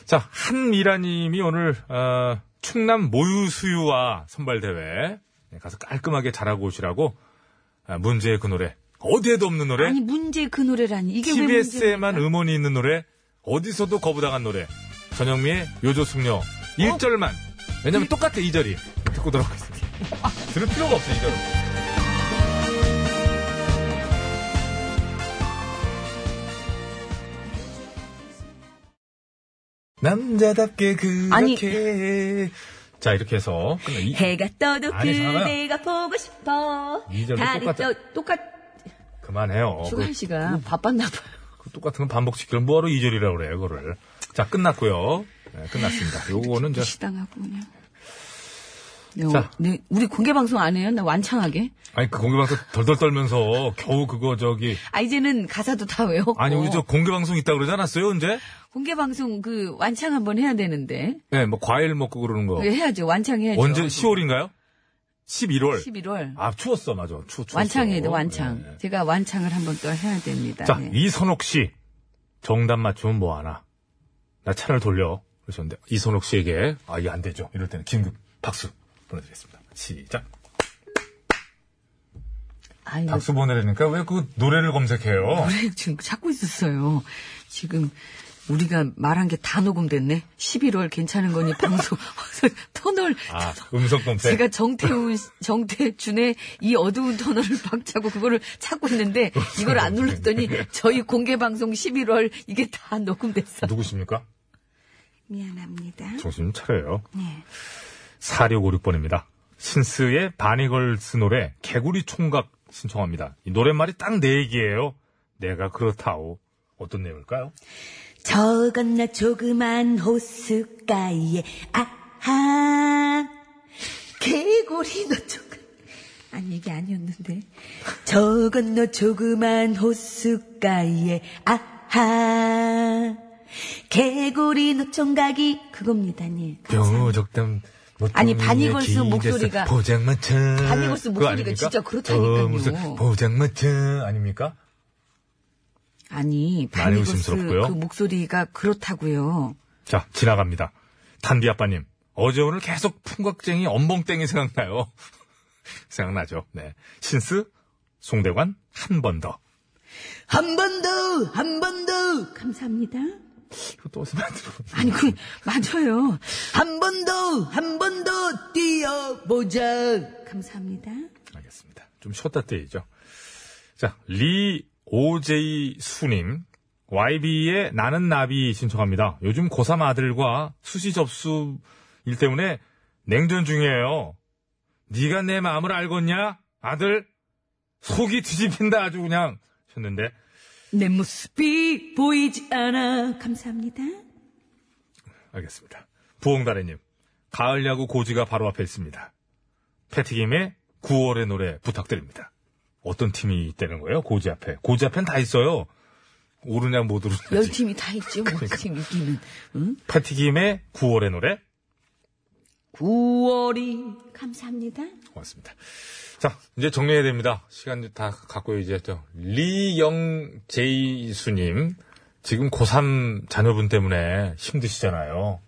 자 한미라님이 오늘 어, 충남 모유수유와 선발 대회 네, 가서 깔끔하게 잘하고 오시라고 아, 문제의 그 노래 어디에도 없는 노래
네. 아니, 문제 그 노래라니. 이게 왜 문제?
TBS에만 음원이 있는 노래 어디서도 거부당한 노래. 전영미의
어?
요조숙녀. 1절만. 왜냐면 똑같아, 2절이. 듣고 돌아가겠습니다. 들을 필요가 없어, 2절은. 남자답게 그렇게.
아니.
자, 이렇게 해서. 끝나. 이-
해가 떠도
아니, 잠깐만요.
그대가 보고 싶어.
이 절도
달이
똑같아. 어, 음.
떠- 똑같.
그만해요.
주간 씨가 바빴나 봐.
그 똑같은 건 반복시키면 뭐하러 2절이라고 그래요, 그거를. 자, 끝났고요. 네, 끝났습니다. 요거는 저.
시당하고 그냥.
어,
자.
네, 우리 공개 방송 안 해요? 나 완창하게.
아니, 그 공개방송 덜덜 떨면서 겨우 그거 저기.
아 이제는 가사도 다 외웠고.
아니, 우리 저 공개방송 있다 그러지 않았어요, 언제?
공개 방송 그 완창 한번 해야 되는데.
네, 뭐 과일 먹고 그러는 거.
그거 해야죠. 완창해야죠. 그
언제 10월인가요? 11월.
11월.
아, 추웠어, 맞아. 추, 추웠어.
완창해야 돼, 완창.
네.
제가 완창을 한번 또 해야 됩니다.
자,
네.
이선옥 씨. 정답 맞추면 뭐 하나? 나 차를 돌려. 그러셨는데, 이선옥 씨에게, 아, 이게 안 되죠. 이럴 때는 긴급 박수 보내드리겠습니다. 시작.
아유,
박수 보내려니까 왜 그 노래를 검색해요?
노래 지금 찾고 있었어요. 지금 우리가 말한 게 다 녹음됐네. 11월 괜찮은 거니 방송 터널
아, 음성 검색.
제가 정태훈 씨- 정태준의 이 어두운 터널을 박차고 그거를 찾고 있는데 이걸 안 눌렀더니
네.
저희 공개 방송 11월 이게 다 녹음됐어.
누구십니까?
미안합니다.
정신 차려요.
네.
4656번입니다. 신스의 바니걸스 노래 개구리 총각 신청합니다. 이 노랫말이 딱 내 얘기예요. 내가 그렇다오. 어떤 내용일까요?
저건 나 조그만 호숫가에 아하 개구리 너 조금 아니 이게 아니었는데 저건 너 조그만 호숫가에 아하 개구리 노총각이 그거입니다니
묘적담
아니, 바니걸스 목소리가-
보장마차
바니걸스
그거
목소리가
아닙니까?
진짜 그렇다니까요.
어, 무슨 보장마차 아닙니까?
아니
많이
바니거스
의심스럽고요.
그 목소리가 그렇다고요.
자, 지나갑니다. 단비 아빠님, 어제 오늘 계속 풍각쟁이 엄벙땡이 생각나요. 생각나죠. 네. 신스, 송대관, 한 번 더.
한 번 더 한 번 더 감사합니다
또 어디서 만들어.
아니 그 맞아요. 한 번 더 한 번 더 뛰어보자. 감사합니다.
알겠습니다. 좀 쉬었다 때이죠. 자, 리 오제이 수님. YB의 나는 나비 신청합니다. 요즘 고3 아들과 수시 접수 일 때문에 냉전 중이에요. 네가 내 마음을 알겠냐? 아들? 속이 뒤집힌다 아주 그냥 하셨는데
내 모습이 보이지 않아. 감사합니다.
알겠습니다. 부엉다래님, 가을 야구 고지가 바로 앞에 있습니다. 패티김의 9월의 노래 부탁드립니다. 어떤 팀이 있다는 거예요? 고지 앞에. 고지 앞엔 다 있어요. 오르냐 못
열
오르냐.
팀이 다 있죠. 뭐
그러니까.
지금 이기는. 응?
패티김의 9월의 노래
9월이 감사합니다.
고맙습니다. 자, 이제 정리해야 됩니다. 시간 이제 다 갖고 이제 저 리영 제이수님 지금 고3 자녀분 때문에 힘드시잖아요.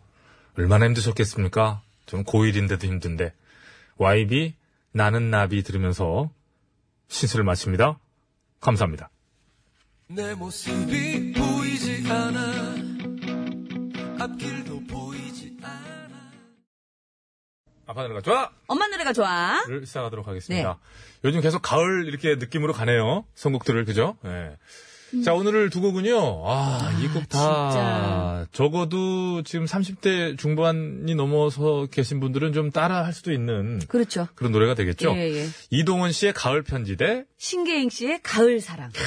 얼마나 힘드셨겠습니까? 저는 고1인데도 힘든데 YB 나는 나비 들으면서 신스를 마칩니다. 감사합니다.
내 모습이 보이지 않아 앞길도 보이지 않아
아빠 노래가 좋아!
엄마 노래가 좋아.
를 시작하도록 하겠습니다.
네.
요즘 계속 가을 이렇게 느낌으로 가네요. 선곡들을, 그죠? 예.
음.
자, 오늘을 두 곡은요. 아, 이 곡 다 적어도 지금 30대 중반이 넘어서 계신 분들은 좀 따라 할 수도 있는
그렇죠.
그런 노래가 되겠죠?
예, 예.
이동원 씨의 가을 편지대.
신계행 씨의 가을 사랑.
아, 뭐.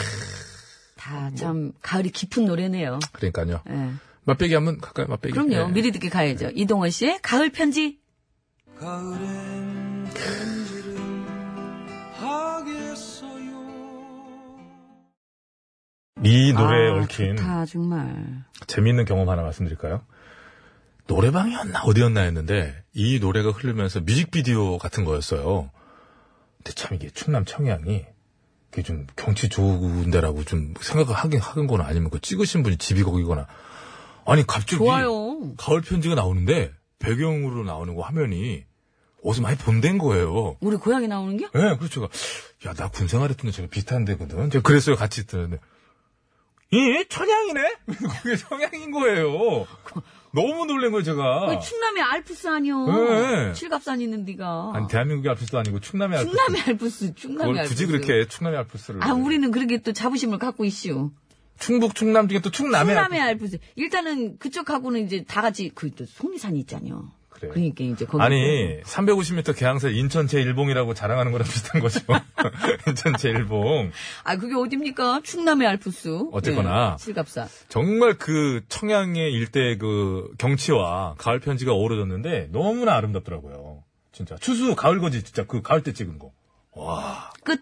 다 참 가을이 깊은 노래네요.
그러니까요.
예.
맛배기 한번 갈까요? 맛배기.
그럼요.
예.
미리 듣게 가야죠. 이동원 씨의 가을 편지.
하겠어요
이
아,
노래에 얽힌
다 정말.
재미있는 경험 하나 말씀드릴까요? 노래방이었나 어디였나 했는데 이 노래가 흐르면서 뮤직비디오 같은 거였어요. 근데 참 이게 충남 청양이 그게 좀 경치 좋은 데라고 좀 생각을 하긴 하는 거나 아니면 그 찍으신 분이 집이 거기거나 아니 갑자기
좋아요.
가을 편지가 나오는데 배경으로 나오는 거 화면이 어디서 많이 본된 거예요.
우리 고향이 나오는 게?
예, 그렇죠. 야, 나 군생활했던 데 제가 비슷한 데거든. 제가 그랬어요, 같이 있던 데. 이 천양이네? 그게 청양인 거예요. 너무 놀란 거예요, 제가.
왜 충남의 알프스 아니요?
네.
칠갑산 있는 데가.
아니, 대한민국의 알프스도 아니고 충남의 알프스.
충남의 알프스, 충남의
그걸
알프스.
굳이 그렇게 충남의 알프스를.
아, 우리는 그런 게 또 자부심을 갖고 있시오.
충북, 충남 중에 또 충남의
충남의 알프스. 일단은 그쪽하고는 이제 다 같이 그 또 속리산이 있잖아요.
그래.
그러니까 이제 거기
아니, 350m 개항사 인천 제1봉이라고 자랑하는 거랑 비슷한 거죠. 인천 제1봉.
아, 그게 어딥니까? 충남의 알프스.
어쨌거나.
네, 칠갑산.
정말 그 청양의 일대 그 경치와 가을 편지가 어우러졌는데 너무나 아름답더라고요. 진짜. 추수 가을 거지, 진짜. 그 가을 때 찍은 거. 와,
끝.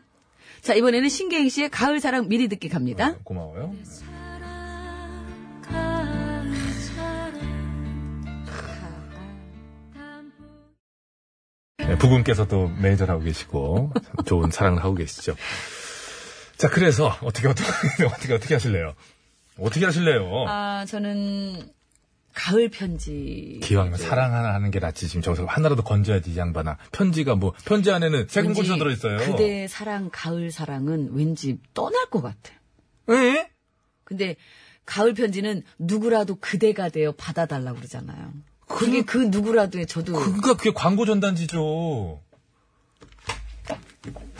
자, 이번에는 신계행 씨의 가을 사랑 미리 듣기 갑니다.
어. 고마워요. 네, 부군께서 또 매니저를 하고 계시고 참 좋은 사랑을 하고 계시죠. 자, 그래서 어떻게 어떻게 어떻게 어떻게 하실래요? 어떻게 하실래요?
아, 저는 가을 편지.
기왕이면 사랑 하나 하는 게 낫지. 지금 저기서 하나라도 건져야지, 이 양반아. 편지가 뭐, 편지 안에는 세
왠지
군고추가 들어있어요.
그대 사랑, 가을 사랑은 왠지 떠날 것 같아.
에?
근데 가을 편지는 누구라도 그대가 되어 받아달라고 그러잖아요. 그게 그 누구라도에 저도.
그니까 그게 광고 전단지죠.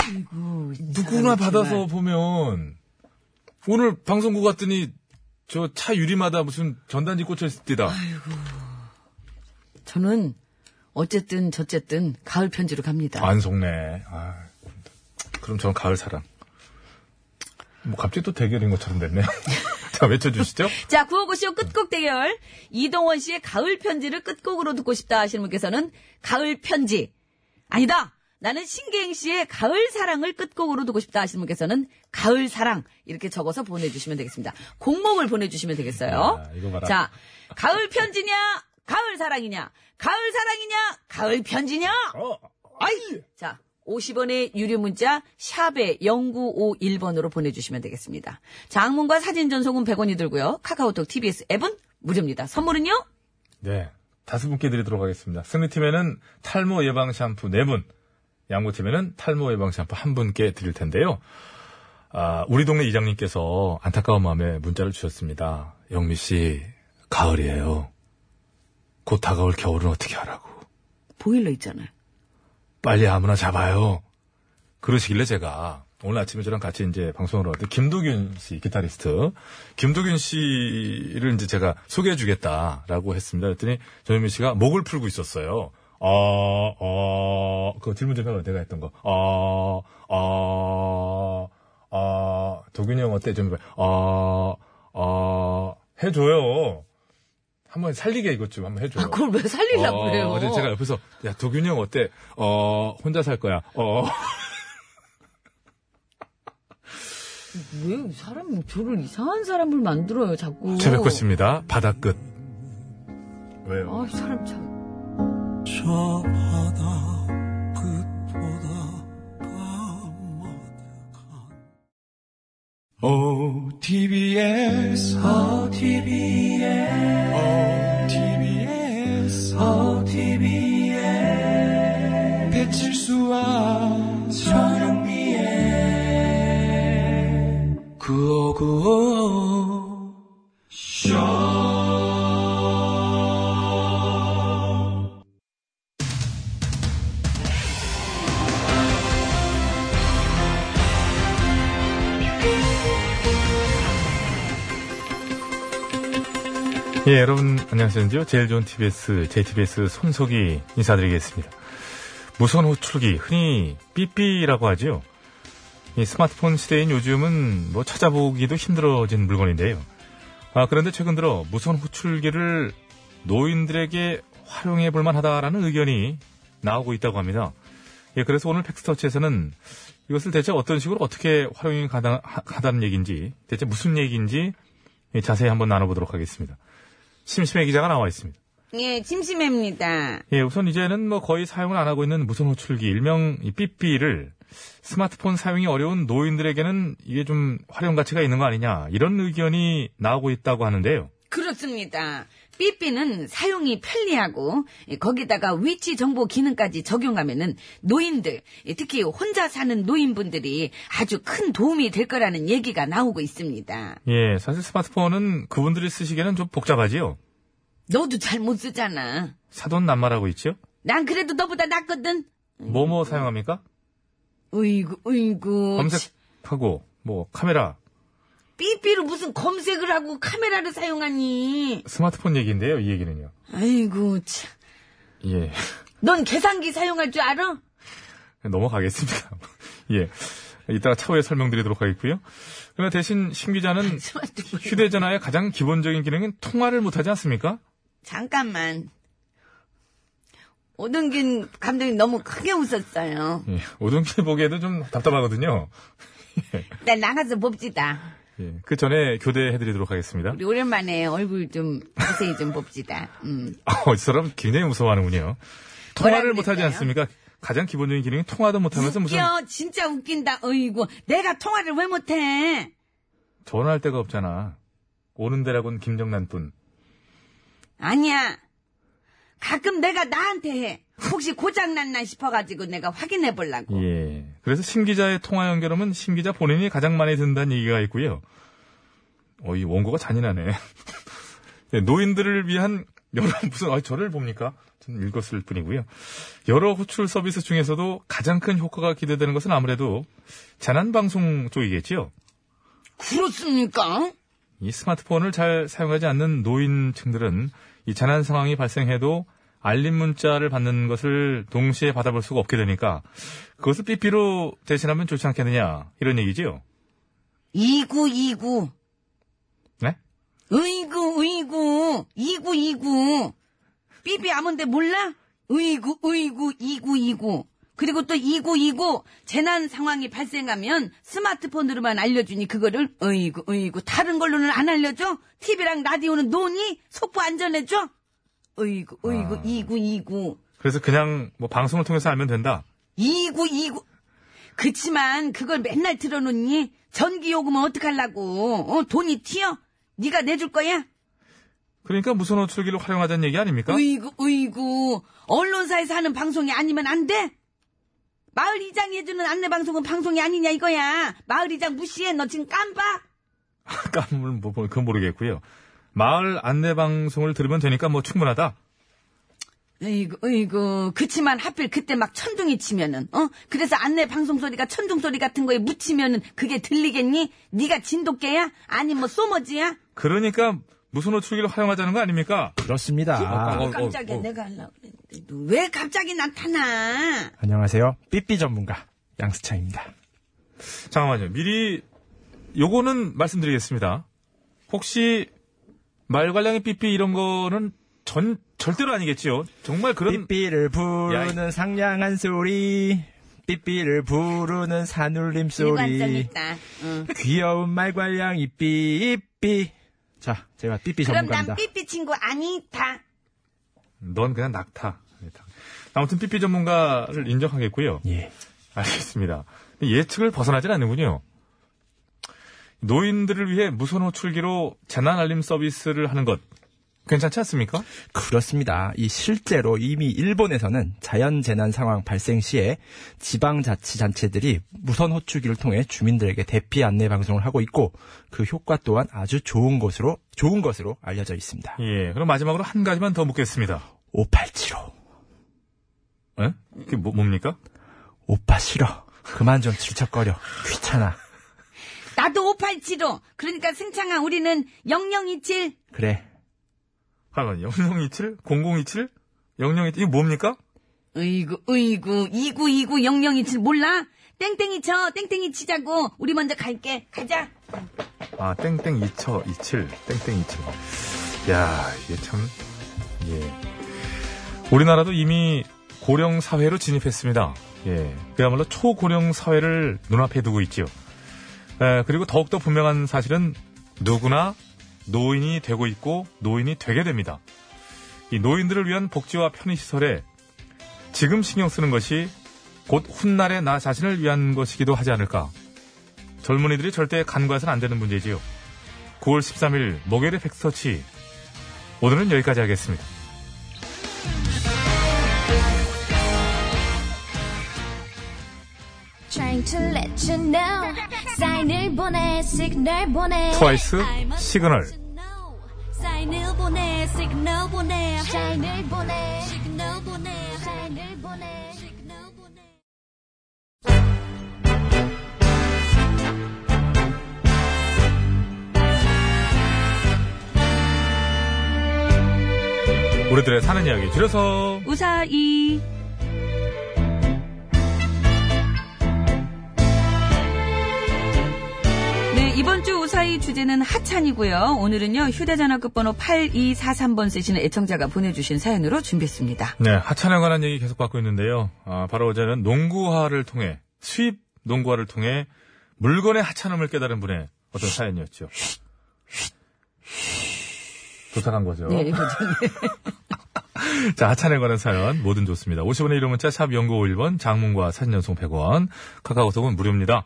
아이고, 이
누구나
사람이
받아서
어, 정말.
보면, 오늘 방송국 갔더니, 저 차 유리마다 무슨 전단지 꽂혀있을 때다.
저는 어쨌든 저쨌든 가을 편지로 갑니다.
안 속네. 아, 그럼 저는 가을 사랑. 뭐 갑자기 또 대결인 것처럼 됐네요. 자, 외쳐주시죠.
자, 구호고쇼 끝곡 대결. 이동원 씨의 가을 편지를 끝곡으로 듣고 싶다 하시는 분께서는 가을 편지. 아니다! 나는 신계행 씨의 가을 사랑을 끝곡으로 듣고 싶다 하시는 분께서는 가을 사랑. 이렇게 적어서 보내주시면 되겠습니다. 공목을 보내주시면 되겠어요.
야, 이거 봐라.
자, 가을 편지냐? 가을 사랑이냐? 가을 사랑이냐? 가을 편지냐? 아이! 자, 50원의 유료 문자 샵에 0951번으로 보내주시면 되겠습니다. 장문과 사진 전송은 100원이 들고요. 카카오톡 TBS 앱은 무료입니다. 선물은요?
네. 다섯 분께 드리도록 하겠습니다. 승리팀에는 탈모 예방 샴푸 네 분, 양보팀에는 탈모 예방 샴푸 한 분께 드릴 텐데요. 아, 우리 동네 이장님께서 안타까운 마음에 문자를 주셨습니다. 영미 씨, 가을이에요. 곧 다가올 겨울은 어떻게 하라고.
보일러 있잖아요.
빨리 아무나 잡아요. 그러시길래 제가 오늘 아침에 저랑 같이 이제 방송을 왔는데 김도균 씨 기타리스트 김도균 씨를 이제 제가 소개해주겠다라고 했습니다. 그랬더니 전현민 씨가 목을 풀고 있었어요. 어, 어, 그 질문 좀 해봐. 내가 했던 거. 어, 어, 어, 도균이 형 어때? 좀 해봐. 어, 어, 해줘요. 한번 살리게 이것 좀 한번 해줘요.
아, 그걸 왜 살리려고
어,
그래요?
어제 제가 옆에서 야 도균이 형 어때? 어 혼자 살 거야. 어
왜 사람, 저를 이상한 사람을 만들어요, 자꾸.
최백호 씨입니다. 바다 끝. 왜요?
아, 이 사람 참.
저 바다 끝보다 OTBS OTBS OTBS OTBS 배칠수와 전영미의 구호구호
예 여러분 안녕하세요. 제일 좋은 TBS JTBS 손석희 인사드리겠습니다. 무선 호출기 흔히 삐삐라고 하지요. 이 스마트폰 시대인 요즘은 뭐 찾아보기도 힘들어진 물건인데요. 아 그런데 최근 들어 무선 호출기를 노인들에게 활용해 볼 만하다라는 의견이 나오고 있다고 합니다. 예, 그래서 오늘 팩스터치에서는 이것을 대체 어떤 식으로 어떻게 활용이 가다, 하다는 얘기인지, 대체 무슨 얘기인지 예, 자세히 한번 나눠보도록 하겠습니다. 심심해 기자가 나와 있습니다.
예, 심심합니다.
예, 우선 이제는 뭐 거의 사용을 안 하고 있는 무선 호출기, 일명 이 삐삐를 스마트폰 사용이 어려운 노인들에게는 이게 좀 활용 가치가 있는 거 아니냐, 이런 의견이 나오고 있다고 하는데요.
그렇습니다.
삐삐는 사용이 편리하고 예, 거기다가 위치 정보 기능까지 적용하면은 노인들 예, 특히 혼자 사는 노인분들이 아주 큰 도움이 될 거라는 얘기가 나오고 있습니다.
예, 사실 스마트폰은 그분들이 쓰시기에는 좀 복잡하지요.
너도 잘 못 쓰잖아.
사돈 난말하고 있지요?
난 그래도 너보다 낫거든.
뭐뭐 사용합니까?
으이구, 으이구.
검색하고 뭐 카메라,
삐삐로 무슨 검색을 하고 카메라를 사용하니?
스마트폰 얘기인데요. 이 얘기는요.
아이고, 참.
예,
넌 계산기 사용할 줄 알아?
넘어가겠습니다. 예. 이따가 차후에 설명드리도록 하겠고요. 그러나 대신 신 기자는 휴대전화의 가장 기본적인 기능인 통화를 못하지 않습니까?
잠깐만. 오동균 감독님 너무 크게 웃었어요.
예, 오동기 보기에도 좀 답답하거든요.
일단 나가서 봅시다.
예, 그 전에 교대해드리도록 하겠습니다.
우리 오랜만에 얼굴 좀 자세히 좀 봅시다. 음.
아, 이 사람 굉장히 무서워하는군요. 통화를 못하지 않습니까? 가장 기본적인 기능이 통화도 못하면서 아, 무슨
웃겨, 진짜 웃긴다. 어이구, 내가 통화를 왜 못해?
전화할 데가 없잖아. 오는 데라곤 김정난뿐.
아니야. 가끔 내가 나한테 해. 혹시 고장났나 싶어가지고 내가 확인해 보려고.
예. 그래서 심 기자의 통화 연결음은 심 기자 본인이 가장 많이 든다는 얘기가 있고요. 어, 이 원고가 잔인하네. 예, 노인들을 위한 여러 무슨 아, 저를 봅니까? 저는 읽었을 뿐이고요. 여러 호출 서비스 중에서도 가장 큰 효과가 기대되는 것은 아무래도 재난 방송 쪽이겠지요.
그렇습니까?
이 스마트폰을 잘 사용하지 않는 노인층들은 이 재난 상황이 발생해도 알림 문자를 받는 것을 동시에 받아볼 수가 없게 되니까 그것을 삐삐로 대신하면 좋지 않겠느냐 이런 얘기지요.
이구 이구.
네?
으이구 으이구 이구 이구. 삐삐 아몬데 몰라? 으이구 으이구 이구 이구. 그리고 또 이구 이구 재난 상황이 발생하면 스마트폰으로만 알려주니 그거를 으이구 으이구 다른 걸로는 안 알려줘? TV랑 라디오는 노니? 속보 안전해줘? 어이구, 어이구,
아.
이구, 이구.
그래서 그냥 뭐 방송을 통해서 알면 된다.
이구, 이구. 그치만 그걸 맨날 틀어놓니? 전기요금은 어떡하려고? 어, 돈이 튀어? 네가 내줄 거야?
그러니까 무선 호출기를 활용하자는 얘기 아닙니까?
어이구, 어이구. 언론사에서 하는 방송이 아니면 안 돼? 마을 이장이 해주는 안내 방송은 방송이 아니냐 이거야. 마을 이장 무시해. 너 지금 깜빡.
깜물 뭐 그건 모르겠고요. 마을 안내 방송을 들으면 되니까 뭐 충분하다.
어이구, 어이구. 그치만 하필 그때 막 천둥이 치면은, 어? 그래서 안내 방송 소리가 천둥 소리 같은 거에 묻히면은 그게 들리겠니? 네가 진돗개야? 아니 뭐 소머지야?
그러니까 무선 호출기를 활용하자는 거 아닙니까?
그렇습니다.
어, 깜짝이야. 내가 하려고 그랬는데. 너왜 갑자기 나타나?
아, 안녕하세요. 삐삐 전문가 양수창입니다.
잠깐만요. 미리 요거는 말씀드리겠습니다. 혹시 말괄량이 삐삐 이런 거는 전 절대로 아니겠지요. 정말 그런
삐삐를 부르는 상냥한 소리, 삐삐를 부르는 산울림
일관성
소리,
있다. 응.
귀여운 말괄량이 삐삐. 자, 제가 삐삐
그럼 난
전문가입니다.
삐삐 친구 아니다.
넌 그냥 낙타. 아무튼 삐삐 전문가를 인정하겠고요.
예.
알겠습니다. 근데 예측을 벗어나진 않는군요. 노인들을 위해 무선 호출기로 재난 알림 서비스를 하는 것 괜찮지 않습니까?
그렇습니다. 이 실제로 이미 일본에서는 자연 재난 상황 발생 시에 지방자치단체들이 무선 호출기를 통해 주민들에게 대피 안내 방송을 하고 있고 그 효과 또한 아주 좋은 것으로 좋은 것으로 알려져 있습니다.
예. 그럼 마지막으로 한 가지만 더 묻겠습니다.
5875.
예? 그게 뭐- 뭡니까?
오빠 싫어. 그만 좀 질척거려. 귀찮아.
나도 5875. 그러니까 승창아 우리는 0027.
그래.
잠깐만 0027, 0027, 0027 이게 뭡니까?
으이구, 으이구, 2929 0027 몰라? 땡땡이 쳐, 땡땡이 치자고. 우리 먼저 갈게. 가자.
아 땡땡 2처 27, 땡땡 27. 야 이게 참 예. 우리나라도 이미 고령 사회로 진입했습니다. 예. 그야말로 초고령 사회를 눈앞에 두고 있지요. 에, 그리고 더욱더 분명한 사실은 누구나 노인이 되고 있고 노인이 되게 됩니다. 이 노인들을 위한 복지와 편의시설에 지금 신경 쓰는 것이 곧 훗날의 나 자신을 위한 것이기도 하지 않을까. 젊은이들이 절대 간과해서는 안 되는 문제지요. 9월 13일 목요일의 팩스터치 오늘은 여기까지 하겠습니다.
Trying to let you know. 사인을 보내, 시그널 보내.
트와이스
I must
시그널.
사인을 보내, 시그널 보내. 사인을 보내, 시그널 보내. 사인을 보내, 시그널 보내.
우리들의 사는 이야기 줄여서
우사이. 네, 이번 주 우사이 주제는 하찬이고요. 오늘은요, 휴대전화 끝번호 8243번 쓰시는 애청자가 보내주신 사연으로 준비했습니다.
네, 하천에 관한 얘기 계속 받고 있는데요. 아, 바로 어제는 농구화를 통해 수입 농구화를 통해 물건의 하찮음을 깨달은 분의 어떤 사연이었죠. 도착한 거죠.
네, 이거죠.
자, 하찮에 관한 사연 뭐든 좋습니다. 50원의 이름 문자 샵 연구 51번 장문과 사진 연속 100원 카카오톡은 무료입니다.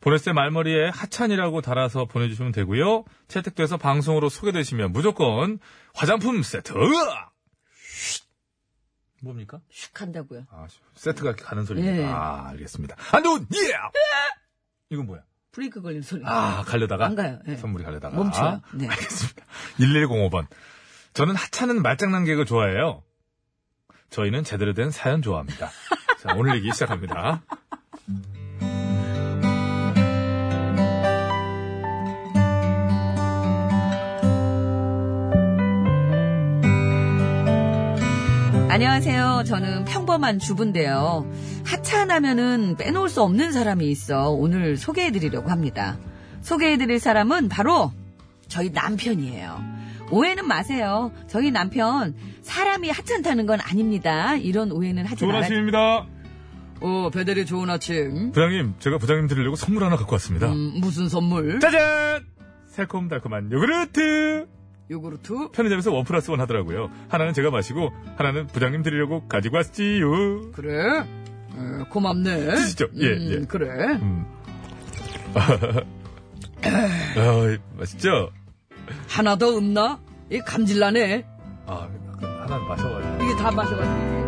보냈을 때 말머리에 하찮이라고 달아서 보내주시면 되고요. 채택돼서 방송으로 소개되시면 무조건 화장품 세트 으악! 뭡니까?
슉 한다고요.
아, 세트가 가는 소리입니다.
예.
아, 알겠습니다. 안 좋은 예! 이건 뭐야?
브레이크 걸린 소리.
아, 가려다가?
안 가요. 예.
선물이 가려다가. 아,
멈춰요. 네.
알겠습니다. 1105번. 저는 하찮은 말장난 개그 좋아해요. 저희는 제대로 된 사연 좋아합니다. 자, 오늘 얘기 시작합니다.
안녕하세요. 저는 평범한 주부인데요. 하찮으면은 빼놓을 수 없는 사람이 있어 오늘 소개해드리려고 합니다. 소개해드릴 사람은 바로 저희 남편이에요. 오해는 마세요. 저희 남편 사람이 하찮다는 건 아닙니다. 이런 오해는 하지
좋은
말아.
아침입니다.
오 배달이 좋은 아침.
부장님, 제가 부장님 드리려고 선물 하나 갖고 왔습니다.
음, 무슨 선물?
짜잔! 새콤달콤한 요구르트!
요구르트?
편의점에서 원 플러스 원 하더라고요. 하나는 제가 마시고, 하나는 부장님 드리려고 가지고 왔지요.
그래? 어, 고맙네.
드시죠. 예,
음,
예.
그래.
아, 맛있죠?
하나 더 없나? 이 감질나네.
아, 하나 마셔가지고.
이게 다 마셔가지고.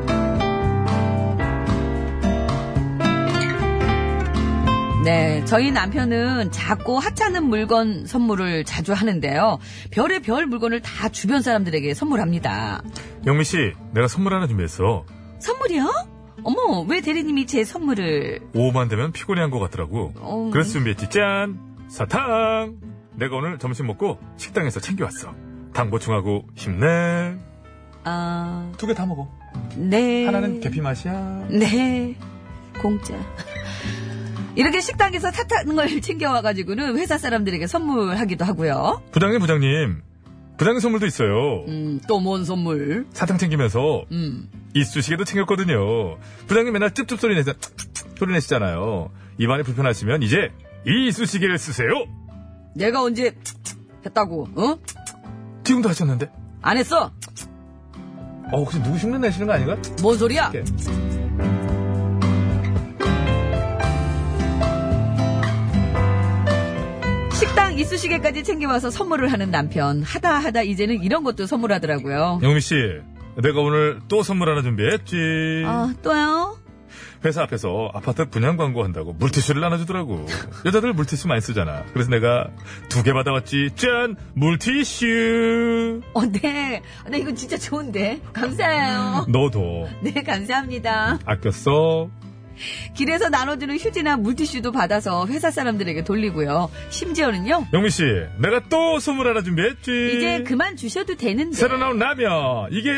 네, 저희 남편은 작고 하찮은 물건 선물을 자주 하는데요. 별의 별 물건을 다 주변 사람들에게 선물합니다.
영미 씨, 내가 선물 하나 준비했어.
선물이요? 어머, 왜 대리님이 제 선물을
오후만 되면 피곤해한 것 같더라고.
어.
그래서 준비했지. 짠! 사탕! 내가 오늘 점심 먹고 식당에서 챙겨왔어. 당 보충하고 힘내.
아,
두 개 다 먹어.
네.
하나는 계피 맛이야.
네. 공짜. 이렇게 식당에서 사탕 걸 챙겨와가지고는 회사 사람들에게 선물하기도 하고요.
부장님, 부장님. 부장님 선물도 있어요.
음, 또 뭔 선물?
사탕 챙기면서
음.
이쑤시개도 챙겼거든요. 부장님 맨날 찝찝 소리 내시, 소리 내시잖아요. 입안이 불편하시면 이제 이 이쑤시개를 쓰세요.
내가 언제 했다고? 어?
지금도 하셨는데.
안 했어?
어, 혹시 누구 흉내 내시는 거 아닌가?
뭔 소리야?
이렇게.
식당 이쑤시개까지 챙겨와서 선물을 하는 남편. 하다 하다 이제는 이런 것도 선물하더라고요.
영미 씨, 내가 오늘 또 선물 하나 준비했지.
아, 또요?
회사 앞에서 아파트 분양 광고 한다고 물티슈를 나눠주더라고. 여자들 물티슈 많이 쓰잖아. 그래서 내가 두 개 받아왔지. 짠, 물티슈.
어, 네. 나 이거 진짜 좋은데. 감사해요.
너도
네, 감사합니다.
아꼈어.
길에서 나눠주는 휴지나 물티슈도 받아서 회사 사람들에게 돌리고요. 심지어는요.
영미 씨, 내가 또 선물 하나 준비했지.
이제 그만 주셔도 되는데.
새로 나온 라면 이게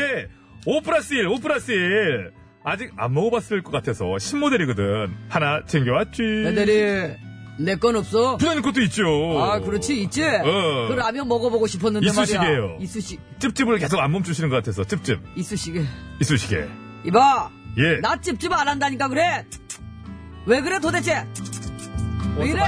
5 플러스 1, 5 플러스 1 아직 안 먹어봤을 것 같아서 신모델이거든 하나 챙겨왔지
음. 애들이 내 건 없어?
부장님 것도 있죠
아, 그렇지, 있지?
어.
그 라면 먹어보고 싶었는데
이쑤시개예요.
말이야. 이쑤시,
찝찝을 계속 안 멈추시는 것 같아서 찝찝
이쑤시개.
이쑤시개
이봐!
예.
나 찝찝 안 한다니까 그래! 왜 그래 도대체? 왜 이래?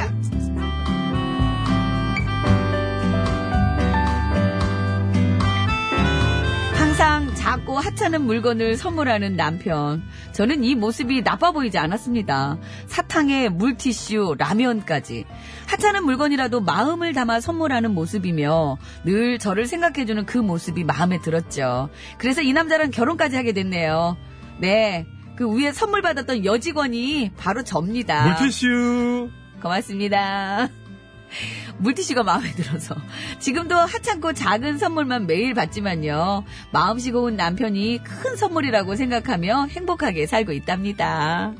항상 작고 하찮은 물건을 선물하는 남편. 저는 이 모습이 나빠 보이지 않았습니다. 사탕에 물티슈, 라면까지. 하찮은 물건이라도 마음을 담아 선물하는 모습이며 늘 저를 생각해주는 그 모습이 마음에 들었죠. 그래서 이 남자랑 결혼까지 하게 됐네요. 네. 그 위에 선물 받았던 여직원이 바로 접니다.
물티슈.
고맙습니다. 물티슈가 마음에 들어서 지금도 하찮고 작은 선물만 매일 받지만요 마음씨 고운 남편이 큰 선물이라고 생각하며 행복하게 살고 있답니다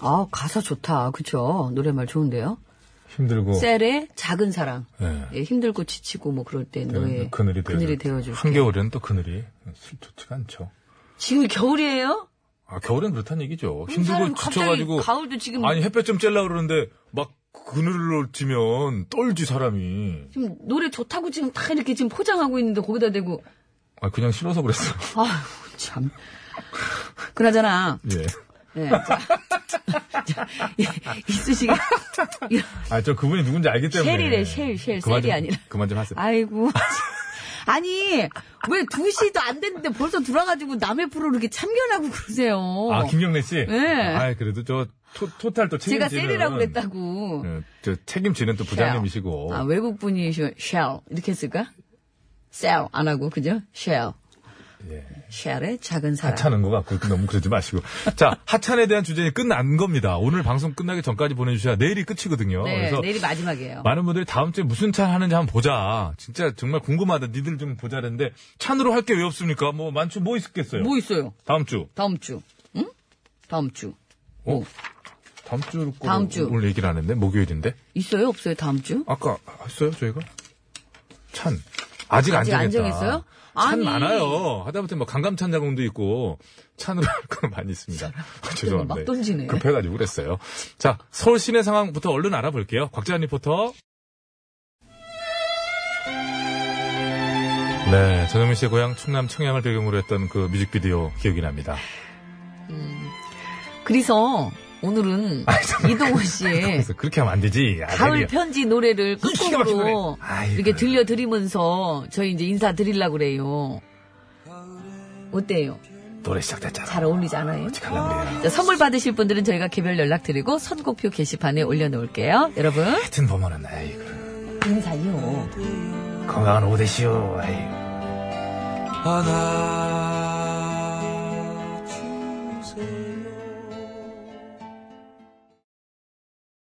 아 가사 좋다 그쵸 노래말 좋은데요
힘들고.
셀의 작은 사랑
예. 그러니까
예, 힘들고 지치고 뭐 그럴 때 너의
네, 그늘이 되어
그늘이 되어줄게
한겨울에는 또 그늘이 슬- 좋지가 않죠.
지금 겨울이에요?
아, 겨울엔 그렇다는 얘기죠.
그럼 사람이 뭐-
힘들고
갑자기
지쳐가지고.
가을도 지금
아니, 햇볕 좀 쬐려고 그러는데, 막 그늘로 찌면 떨지, 사람이.
지금 노래 좋다고 지금 다 이렇게 지금 포장하고 있는데 거기다 대고
아, 그냥 싫어서 그랬어.
아유 참 그나저나
예.
예, 자, 자, 이- 이수 씨가
아, 저 그분이 누군지 알기 때문에.
쉘이래, 쉘, 쉘.
그만
셀이
좀-
아니라.
그만 좀 하세요.
아이고 아니 왜 2시도 안 됐는데 벌써 들어와가지고 남의 프로 이렇게 참견하고 그러세요
아, 김경래 씨?
네.
아, 그래도 저, 토, 토탈 또 책임지는.
제가 셀이라고 그랬다고
예, 저 책임지는 또 부장님이시고.
아, 외국 분이 쉘 이렇게 했을까? 셀 안 하고 그죠? 쉘
예.
쉘의 작은 사랑
하찮은 것 같고 너무 그러지 마시고. 자, 하찮에 대한 주제는 끝난 겁니다. 오늘 방송 끝나기 전까지 보내주셔야 내일이 끝이거든요.
네
그래서
내일이 마지막이에요
많은 분들이 다음 주에 무슨 찬 하는지 한번 보자. 진짜 정말 궁금하다. 니들 좀 보자는데 찬으로 할 게 왜 없습니까? 뭐 많죠. 뭐 있겠어요?
뭐 있어요?
다음 주.
다음 주. 응? 다음 주.
어? 다음 주로 거
다음 주.
오늘 얘기를 안 했네. 목요일인데.
있어요? 없어요? 다음 주?
아까 했어요 저희가? 찬. 아직,
아직 안
안 정했다.
정했어요?
찬
아니.
많아요. 하다못해 뭐 강감찬 자궁도 있고 찬으로 할 거 많이 있습니다. 죄송합니다.
막 던지네.
급해가지고 그랬어요. 자, 서울 시내 상황부터 얼른 알아볼게요. 곽재한 리포터. 네, 전현민 씨의 고향 충남 청양을 배경으로 했던 그 뮤직비디오 기억이 납니다.
그래서 오늘은 이동호 씨의
그래서 그렇게 하면 안 되지. 아,
네. 가을
내리야.
편지 노래를
기가 막힌
끝곡으로
노래. 아이고.
이렇게 들려드리면서 저희 이제 인사드리려고 그래요. 어때요?
노래 시작됐잖아.
잘 어울리지 않아요?
그래요.
자, 선물 받으실 분들은 저희가 개별 연락드리고 선곡표 게시판에 올려놓을게요. 여러분.
같은 범어는 아이고. 그.
인사요.
건강한 오후 되시오. 아이고.
하나